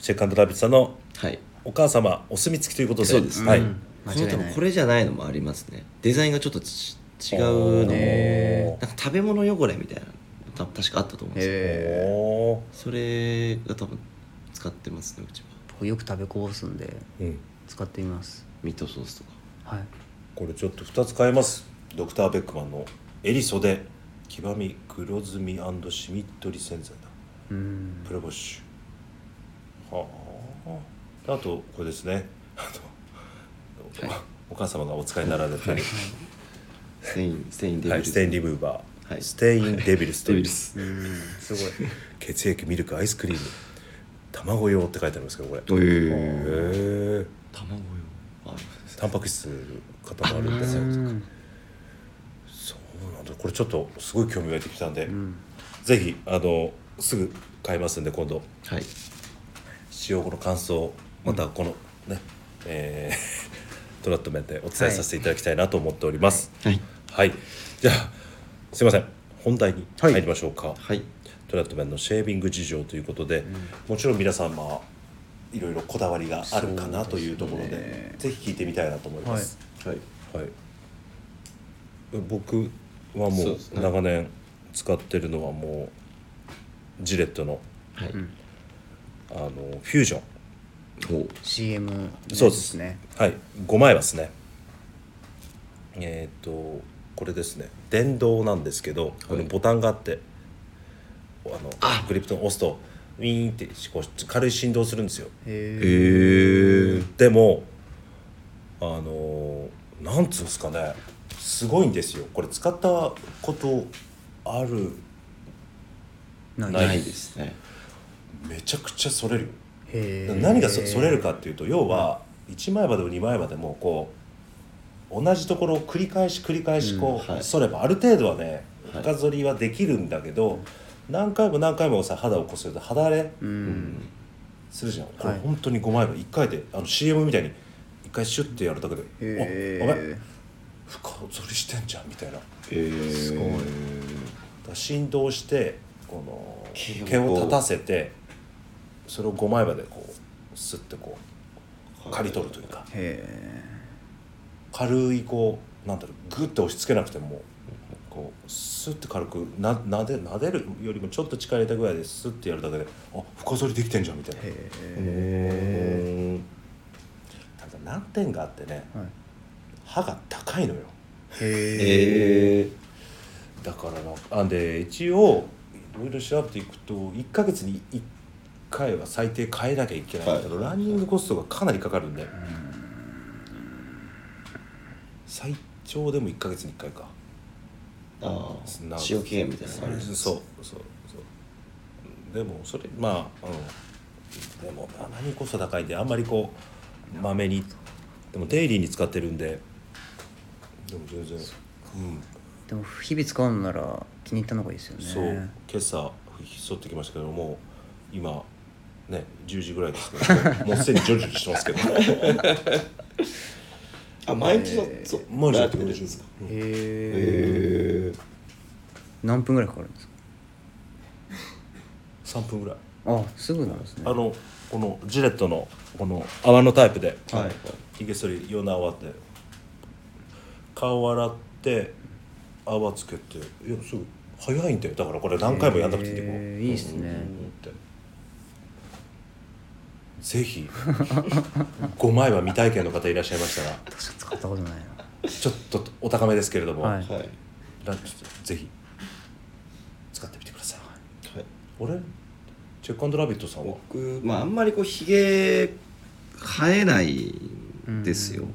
A: チェックアンドラビットさんの
C: い
A: お母様お墨付きということで
C: そうです
A: はい、
B: うん
C: こ
B: 間違
C: の多
B: いな
C: 分
B: い
C: これじゃないのもありますねデザインがちょっとち違うのも
A: ね
C: なんか食べ物汚れみたいなのた確かあったと思うんですよ
B: へえ
A: おー
C: それが多分使ってますねうちは
B: 僕よく食べこぼすんで
A: うん、
B: 使ってみます
C: ミートソースとか
B: はい
A: これちょっと2つ買えますドクター・ベックマンのエリソで極み黒ずみシミ取り洗剤だ
B: うん
A: プレボッシュはああとこれですねあの、
C: はい
A: お母様がお使いになられたり、
C: ステインステインデビ
A: は
C: ル
A: い、
C: ズ
A: ステインリムーバー、
C: はい
A: ステインデビルスと
C: デ
A: い
C: ビ
A: う
C: ルズ
B: うんすごい
A: 血液ミルクアイスクリーム卵用って書いてありますけどこれ
C: どう
A: へ
C: い
A: え
C: う卵よあ
A: タンパク質固まるんで
B: うん
A: そうなんだこれちょっとすごい興味が出てきたんで、
B: うん
A: ぜひあのすぐ買いますんで今度
C: はい
A: 使用後の感想またこのね、えー トラットメンでお伝えさせていただきたいなと思っております
C: はい
A: はい、じゃあすいません本題に入りましょうか、
C: はい
A: トラットメンのシェービング事情ということで、もちろん皆さんまあいろいろこだわりがあるかなというところで
B: そうですね
A: ぜひ聞いてみたいなと思います、
C: はい
A: はい、僕はも
C: そう
A: う
C: ですね
A: 長年使ってるのはもうジレットの
C: はい、
A: あのフュージョン
C: おう
B: CM のやつ
A: そうですねはい5枚ですねえっ、とこれですね電動なんですけど、このボタンがあってあのグリプトン押すとウィーンってこう軽い振動するんですよ
B: へえ
C: へえ
A: でもあのなんつうんですかねすごいんですよこれ使ったことある
B: な
A: ない
C: ないですね
A: めちゃくちゃそれるよ
B: へえ
A: 何がそそれるかっていうと要は1枚刃でも2枚刃でもこう同じところを繰り返し繰り返しこう、
C: うんはい
A: そればある程度はね
C: はい
A: 深剃りはできるんだけど、何回も何回もさ肌をこすると肌荒れ
B: うん
A: するじゃん、これ
B: はい
A: 本当に5枚刃1回であの CM みたいに1回シュッてやるだけで「
B: へ
A: あごめん
B: え
A: 深剃りしてんじゃん」みたいなだか
C: ええすごい
A: ら振動してこの
C: 毛を
A: 毛を立たせてそれを5枚刃でこうスッてこう刈り取るというか。
B: へ
A: 軽いこうなんだろうグッと押し付けなくてもこうスッて軽くななでなでるよりもちょっと力入れたぐらいでスッてやるだけであ深剃りできてんじゃんみたいな
B: えへ
C: へ
A: ただ難点があってね
B: えはい
A: 歯が高いのよ
B: へえ
C: え
A: だからなあで一応いろいろ調べていくと1ヶ月に1回は最低変えなきゃいけないんだけど、ランニングコストがかなりかかるんで、最長でも1か月に1回か
C: あ
A: そんな
C: あ使用期限みたいなのがあるん
A: そう
C: です
A: そうそうでもそれまあ、うん、でもまあ何コスト高いんであんまりこうまめにでもデイリーに使ってるんででも全然うん
B: でも日々使うのなら気に入ったのがいいですよね
A: そう今朝剃ってきましたけどもう今ね10時ぐらいですけ どもうすでにジョリジョリしてますけど
C: あ毎日のそう
A: マジ
C: や
A: で
C: ってるんですか
A: うん
B: へえ
C: へえ
B: 何分ぐらいかかるんですか
A: 3分ぐらい
B: あすぐなんですね
A: あのこのジレットのこの泡のタイプで
C: はい
A: ひげ剃り用の泡って顔洗って泡つけていやすぐ早いんだよだからこれ何回もやんなくていいんだよこう
B: へーいいっすね
A: うんうんうんってぜ ひ5枚は未体験の方いらっしゃいましたら
B: 私は使ったことないな
A: ちょっとお高めですけれども、
B: はい
C: はいはい
A: ランチぜひ使ってみてくださいあれチェックラビットさんは
C: 僕まああんまりこうひげ生えないんですよ、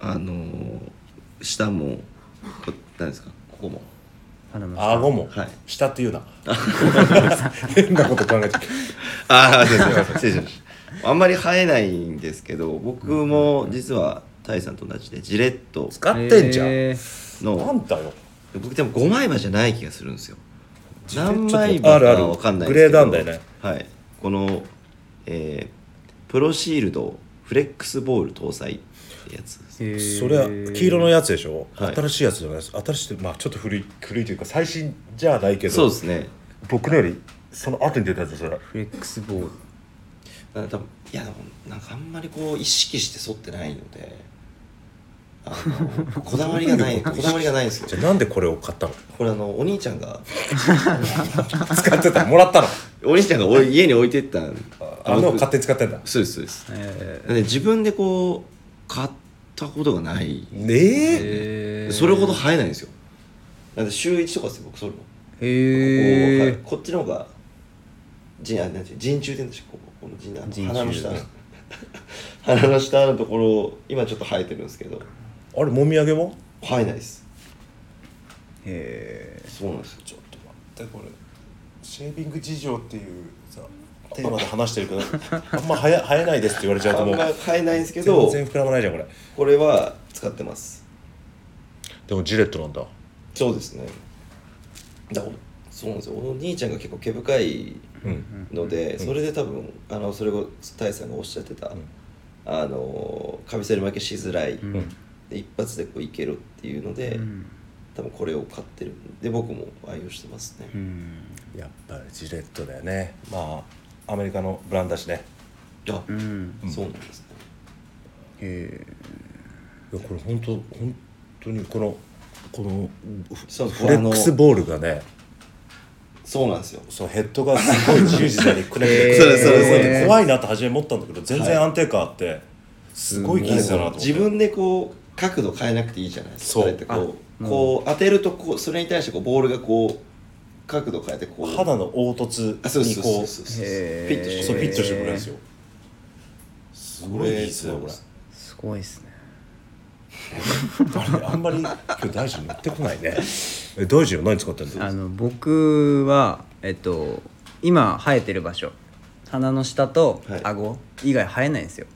C: あのー下もこ何ですかここも
B: 花の下
A: 顎も
C: はい
A: 下って いうな変なこと考えてる
C: ああすいません失礼しましたあんまり生えないんですけど僕も実はタイさんと同じでジレット
A: 使ってんじゃん、
B: へえ
A: な
C: の
A: んだよ
C: 僕でも5枚刃じゃない気がするんですよ
A: ジレット
C: 何枚刃
A: あるある
C: かわかんないですけど
A: グレードあんだよね
C: はいこの、えープロシールドフレックスボール搭載ってやつです
B: へえ
A: それは黄色のやつでしょ、
C: はい
A: 新しいやつじゃないです新しいってまあちょっと古い古いというか最新じゃないけど
C: そうですね
A: 僕のよりその後に出たやつそれ
B: フレックスボール
C: だから多分いやでもなんかあんまりこう意識して剃ってないのであの こだわりがないこだわりがないんです
A: じ
C: よ
A: ゃあなんでこれを買ったの
C: これあのお兄ちゃんが
A: 使ってたもらったの
C: お兄ちゃんが俺家に置いてったん
A: あの
C: 僕
A: 勝手に使ってんだ
C: そうですそうです
B: え
C: で自分でこう買ったことがない
A: ねえ
B: え
C: それほど生えないんですよなんで週1とかですよ僕それも
B: へ
C: こう
B: え
C: こっちの方が陣あなんていう陣中でんでしょこここの陣あの
B: 陣中
C: 鼻の下 鼻の下のところ今ちょっと生えてるんですけど
A: あれもみあげも
C: 生えないです
B: へ
C: そうなんですよ
A: ちょっと待ってこれシェービング事情っていうさ テーマで話してるけ どあんま生え生えないですって言われちゃうと
C: あん
A: もう
C: ま生えないんですけど
A: 全然膨らまないじゃんこれ
C: これは使ってます
A: でもジレットなんだ
C: そうですねだからそうなんですよお兄ちゃんが結構毛深い
A: うん
C: ので、それで多分あのそれこそタイさんがおっしゃってた、
A: ん
C: あのカミソリ負けしづらい、
B: ん
C: で一発でこういけるっていうの
B: え
C: で、
B: うん
C: 多分これを買ってるで僕も愛用してますね、
B: うん
A: やっぱりジレットだよねまあアメリカのブランドだしね
C: あ、
B: うん
C: そうなんですね
B: へ
A: いやこれ本当本当にこのこの
C: そう
A: フレックスボールがね
C: そうなんですよ
A: そうヘッドがすごい自由自在にくねくね
C: そうですそうですそうです
A: 怖いなって初め思ったんだけど全然安定感あってすごい技術だなと思って
C: 自分でこう角度変えなくていいじゃないですか
A: そう
C: れってこう,、
B: あ
C: こう当てるとこうそれに対してこうボールがこう角度変えてこう
A: 肌の凹
C: あそ
A: 凸
C: うで
A: に
C: す
A: こ
C: そう
A: う
C: そう
A: そ
C: そう
B: へー
C: ピッとして
A: うピッとしてくれるんですよす
C: こ
A: ごい技
C: れ
A: 術だよこれ
B: えすごいですね
A: あれあんまり今日大臣乗ってこないね え大臣は何使ってんの
B: あの僕はえっと今生えてる場所鼻の下と
C: はい
B: 顎以外生えないんですよ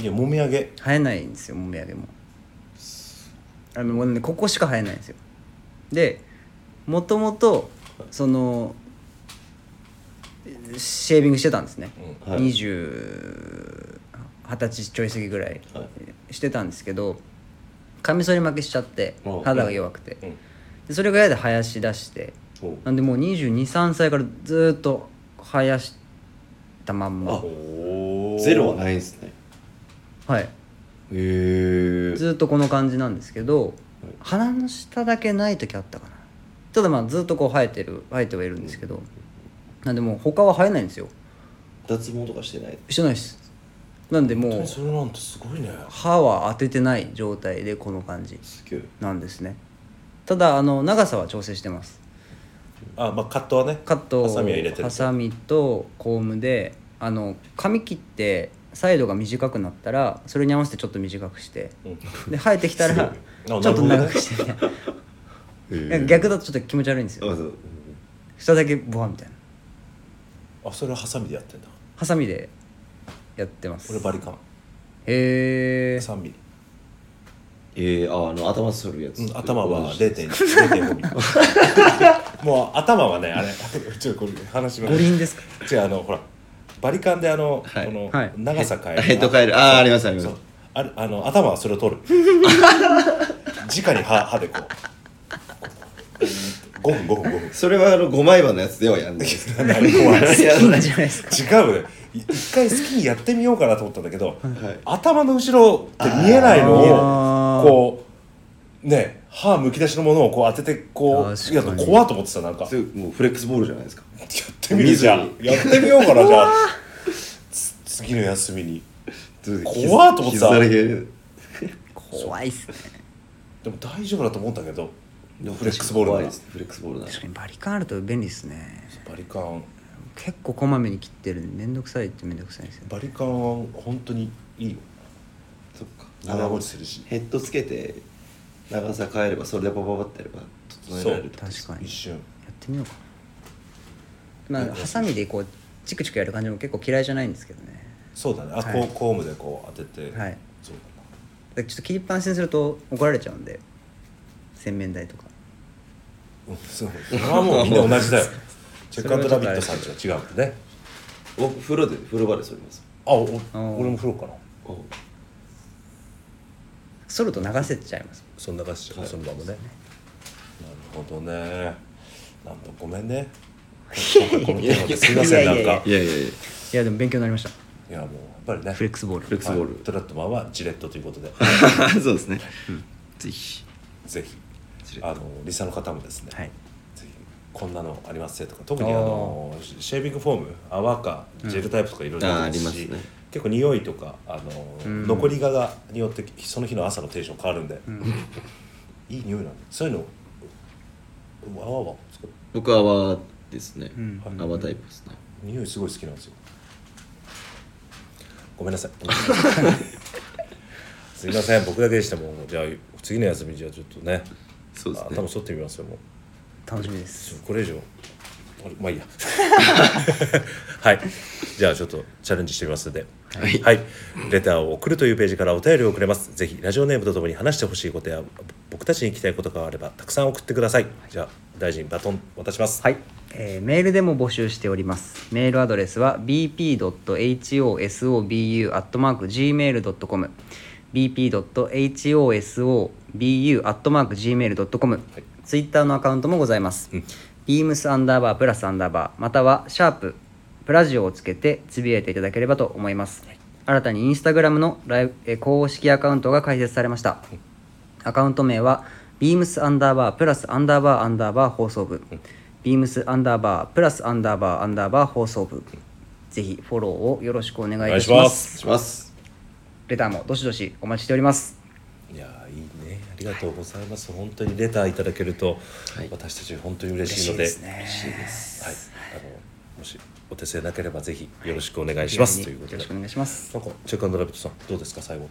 A: いやもみあげ
B: 生えないんですよもみあげもあのもうねここしか生えないんですよでもともとそのシェービングしてたんですね、
C: うんはい
B: 二十20歳ちょい過ぎぐらい
C: はい
B: してたんですけどカミソリ負けしちゃって
C: お
B: 肌が弱くて、
A: うん
B: でそれが嫌で生やし出して
C: お
B: なんでもう2 2 3歳からずーっと生やしたまんま
C: ゼロはないんですね
B: はい
C: へ
B: ずっとこの感じなんですけど、
C: はい
B: 鼻の下だけない時あったかなただまあずっとこう生えてる生えてはいるんですけど、なんでもう他は生えないんですよ
C: 脱毛とかしてない
B: してないですなんでもう
A: それなんてすごいね
B: 歯は当ててない状態でこの感じ
C: すげえ
B: なんですねただあの長さは調整してます
A: あまあカットはね
B: カット
A: ハサミは入れてる
B: ハサミとコームであの髪切ってサイドが短くなったらそれに合わせてちょっと短くして
A: うん
B: で生えてきたらち
A: すご
B: ょ
A: い
B: っ
A: な
B: と長くして、ね、なんか逆だとちょっと気持ち悪いんです
C: そ
B: よ
C: うそう
B: 下だけボワンみたいな
A: あそれはハサミでやってんだ
B: ハサミでやってます
A: 俺バリカン
B: へえ
A: 3ミリ
C: えー、ああの頭剃るやつ、
A: うん、頭は0.5ミ リもう頭はねあれ ちょっとこれ話しま
B: 五
A: す
B: 輪ですか
A: 違うあのほらバリカンであの、
C: はい
A: この
B: はい
A: 長さ変える、
C: ヘッド変えるあーありますあります
A: そうあれあの頭はそれを取 る直に歯歯でこう5分5分5分
C: それはあの5枚刃のやつではやんないですか
A: 何怖い
C: いや
B: いいんじゃないですか
A: 違うねい一回好きにやってみようかなと思ったんだけど、
C: はい
A: 頭の後ろって見えないの
B: あ
A: を
B: ー
A: こうね歯むき出しのものをこう当ててこ
B: 確か
A: うや
B: に
A: ると怖っと思ってたなんか
C: それもうフレックスボールじゃないですか
A: やってみるじゃんやってみようかなじゃあつ次の休みに怖っと思ってた
C: 傷だらけ
B: 怖いっすね
A: でも大丈夫だと思うんだけどフ
C: フ
A: レックスボールなら
C: フレックスボールなら
B: 確かにバリカンあると便利ですね
A: バリカン
B: 結構こまめに切ってるんでめんどくさいってめんどくさいんですよ
A: バリカンは本当にいいよ
C: そっか
A: 長持ちするし
C: ヘッドつけて長さ変えればそれでパパパってやれば整えられると
B: 確かに
A: 一瞬
B: やってみようかなまあハサミでこうチクチクやる感じも結構嫌いじゃないんですけどね
A: そうだねあ、
B: はい
A: こうコームでこう当てて、
B: はい
A: そう
B: だからちょっと切りっぱなしにすると怒られちゃうんで洗面台とか
A: だなうんそうそれはもうみんな同じ だよチェックアンドラビットさん
B: そ
A: とは違うんでね
C: お風呂で風呂場で剃ります
A: あお
B: ー
A: 俺も風呂かな
C: お
B: 剃ると流せちゃいます
A: そんな感じ
C: はい
A: その場もねなるほどねなんだごめんねこのテーマですいません
B: い
A: な
B: や
A: ん
B: いやい
A: か
B: や
C: いやいやいや
B: いやでも勉強になりました
A: いやもうやっぱりね
B: フレックスボール
C: フレックスボール
A: はいトラットマンはジレットということで
C: そうですね、ぜひ
A: ぜひ
C: ジレット
A: あのリサの方もですね、
B: はい
A: ぜひこんなのありますよとか特にあのシェービングフォーム泡かジェルタイプとかいろいろ
C: あー
A: あります
C: あ
A: し、
C: りますね
A: 結構匂いとかあの、
B: ん
A: 残り香がによってその日の朝のテンション変わるんで、いい匂いなんでそういうの泡はすごい
C: 僕は泡ですね、
B: うん
C: 泡タイプですね
A: 匂いすごい好きなんですよごめんなさいすみません僕だけでしたもんじゃあ次の休みじゃあちょっとね
C: そうですね
A: 頭剃ってみますよもう
B: 楽しみです
A: ちょこれ以上あれまあいいやはいじゃあちょっとチャレンジしてみますのではい、レターを送るというページからお便りをくれますぜひラジオネームとともに話してほしいことや僕たちに聞きたいことがあればたくさん送ってくださいじゃあ大臣バトン渡します
B: はい、えーメールでも募集しておりますメールアドレスは bp.hosobu.gmail.com bp.hosobu.gmail.com ツイッターのアカウントもございます、beams アンダーバープラスアンダーバーまたはシャーププラジオをつけてつぶやいていただければと思います、新たにインスタグラムのライブえー公式アカウントが開設されました、アカウント名は beams アンダーバープラスアンダーバーアンダーバー放送部 beams アンダーバープラスアンダーバーアンダーバー放送部ぜひフォローをよろしくお願いいたし
A: お願
B: ま
A: いしますす
C: します
B: レターもどしどしお待ちしております
A: いやーいいねありがとうございます、本当にレターいただけると、
C: はい
A: 私たち本当に嬉しいので
B: 嬉しいです
A: はい、あのもしお手製なければぜひよろしくお願いします、
B: ぜ
A: と
B: ひ
A: いうこと
B: よ
A: で
B: ろしくお願いします
A: なんかチェックアンドラビットさんどうですか最後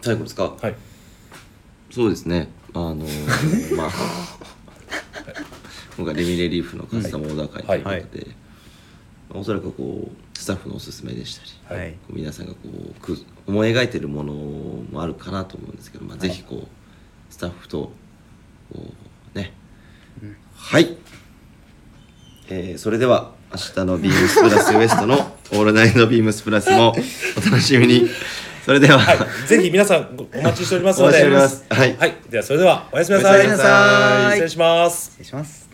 C: 最後ですか、
A: はい
C: そうですねあのーまあ僕はレミレリーフのカスタムオーダー会ということで、
B: はい
C: まあおそらくこうスタッフのおすすめでした
A: は
C: り、
A: い
B: はい
C: こう皆さんがこうく思い描いてるものもあるかなと思うんですけど、まあ、ぜひこう、スタッフとこうね、はい、えーそれでは明日のビームスプラスウエストの「オールナイトビームスプラス」もお楽しみにそれでは、
A: ぜひ皆さんごお待ちしておりますので
C: お待ちしておりますはい
A: ではそれではおやすみな
C: お
A: さ
C: や
A: い
C: すみな
B: さい
A: 失礼します
B: 失礼します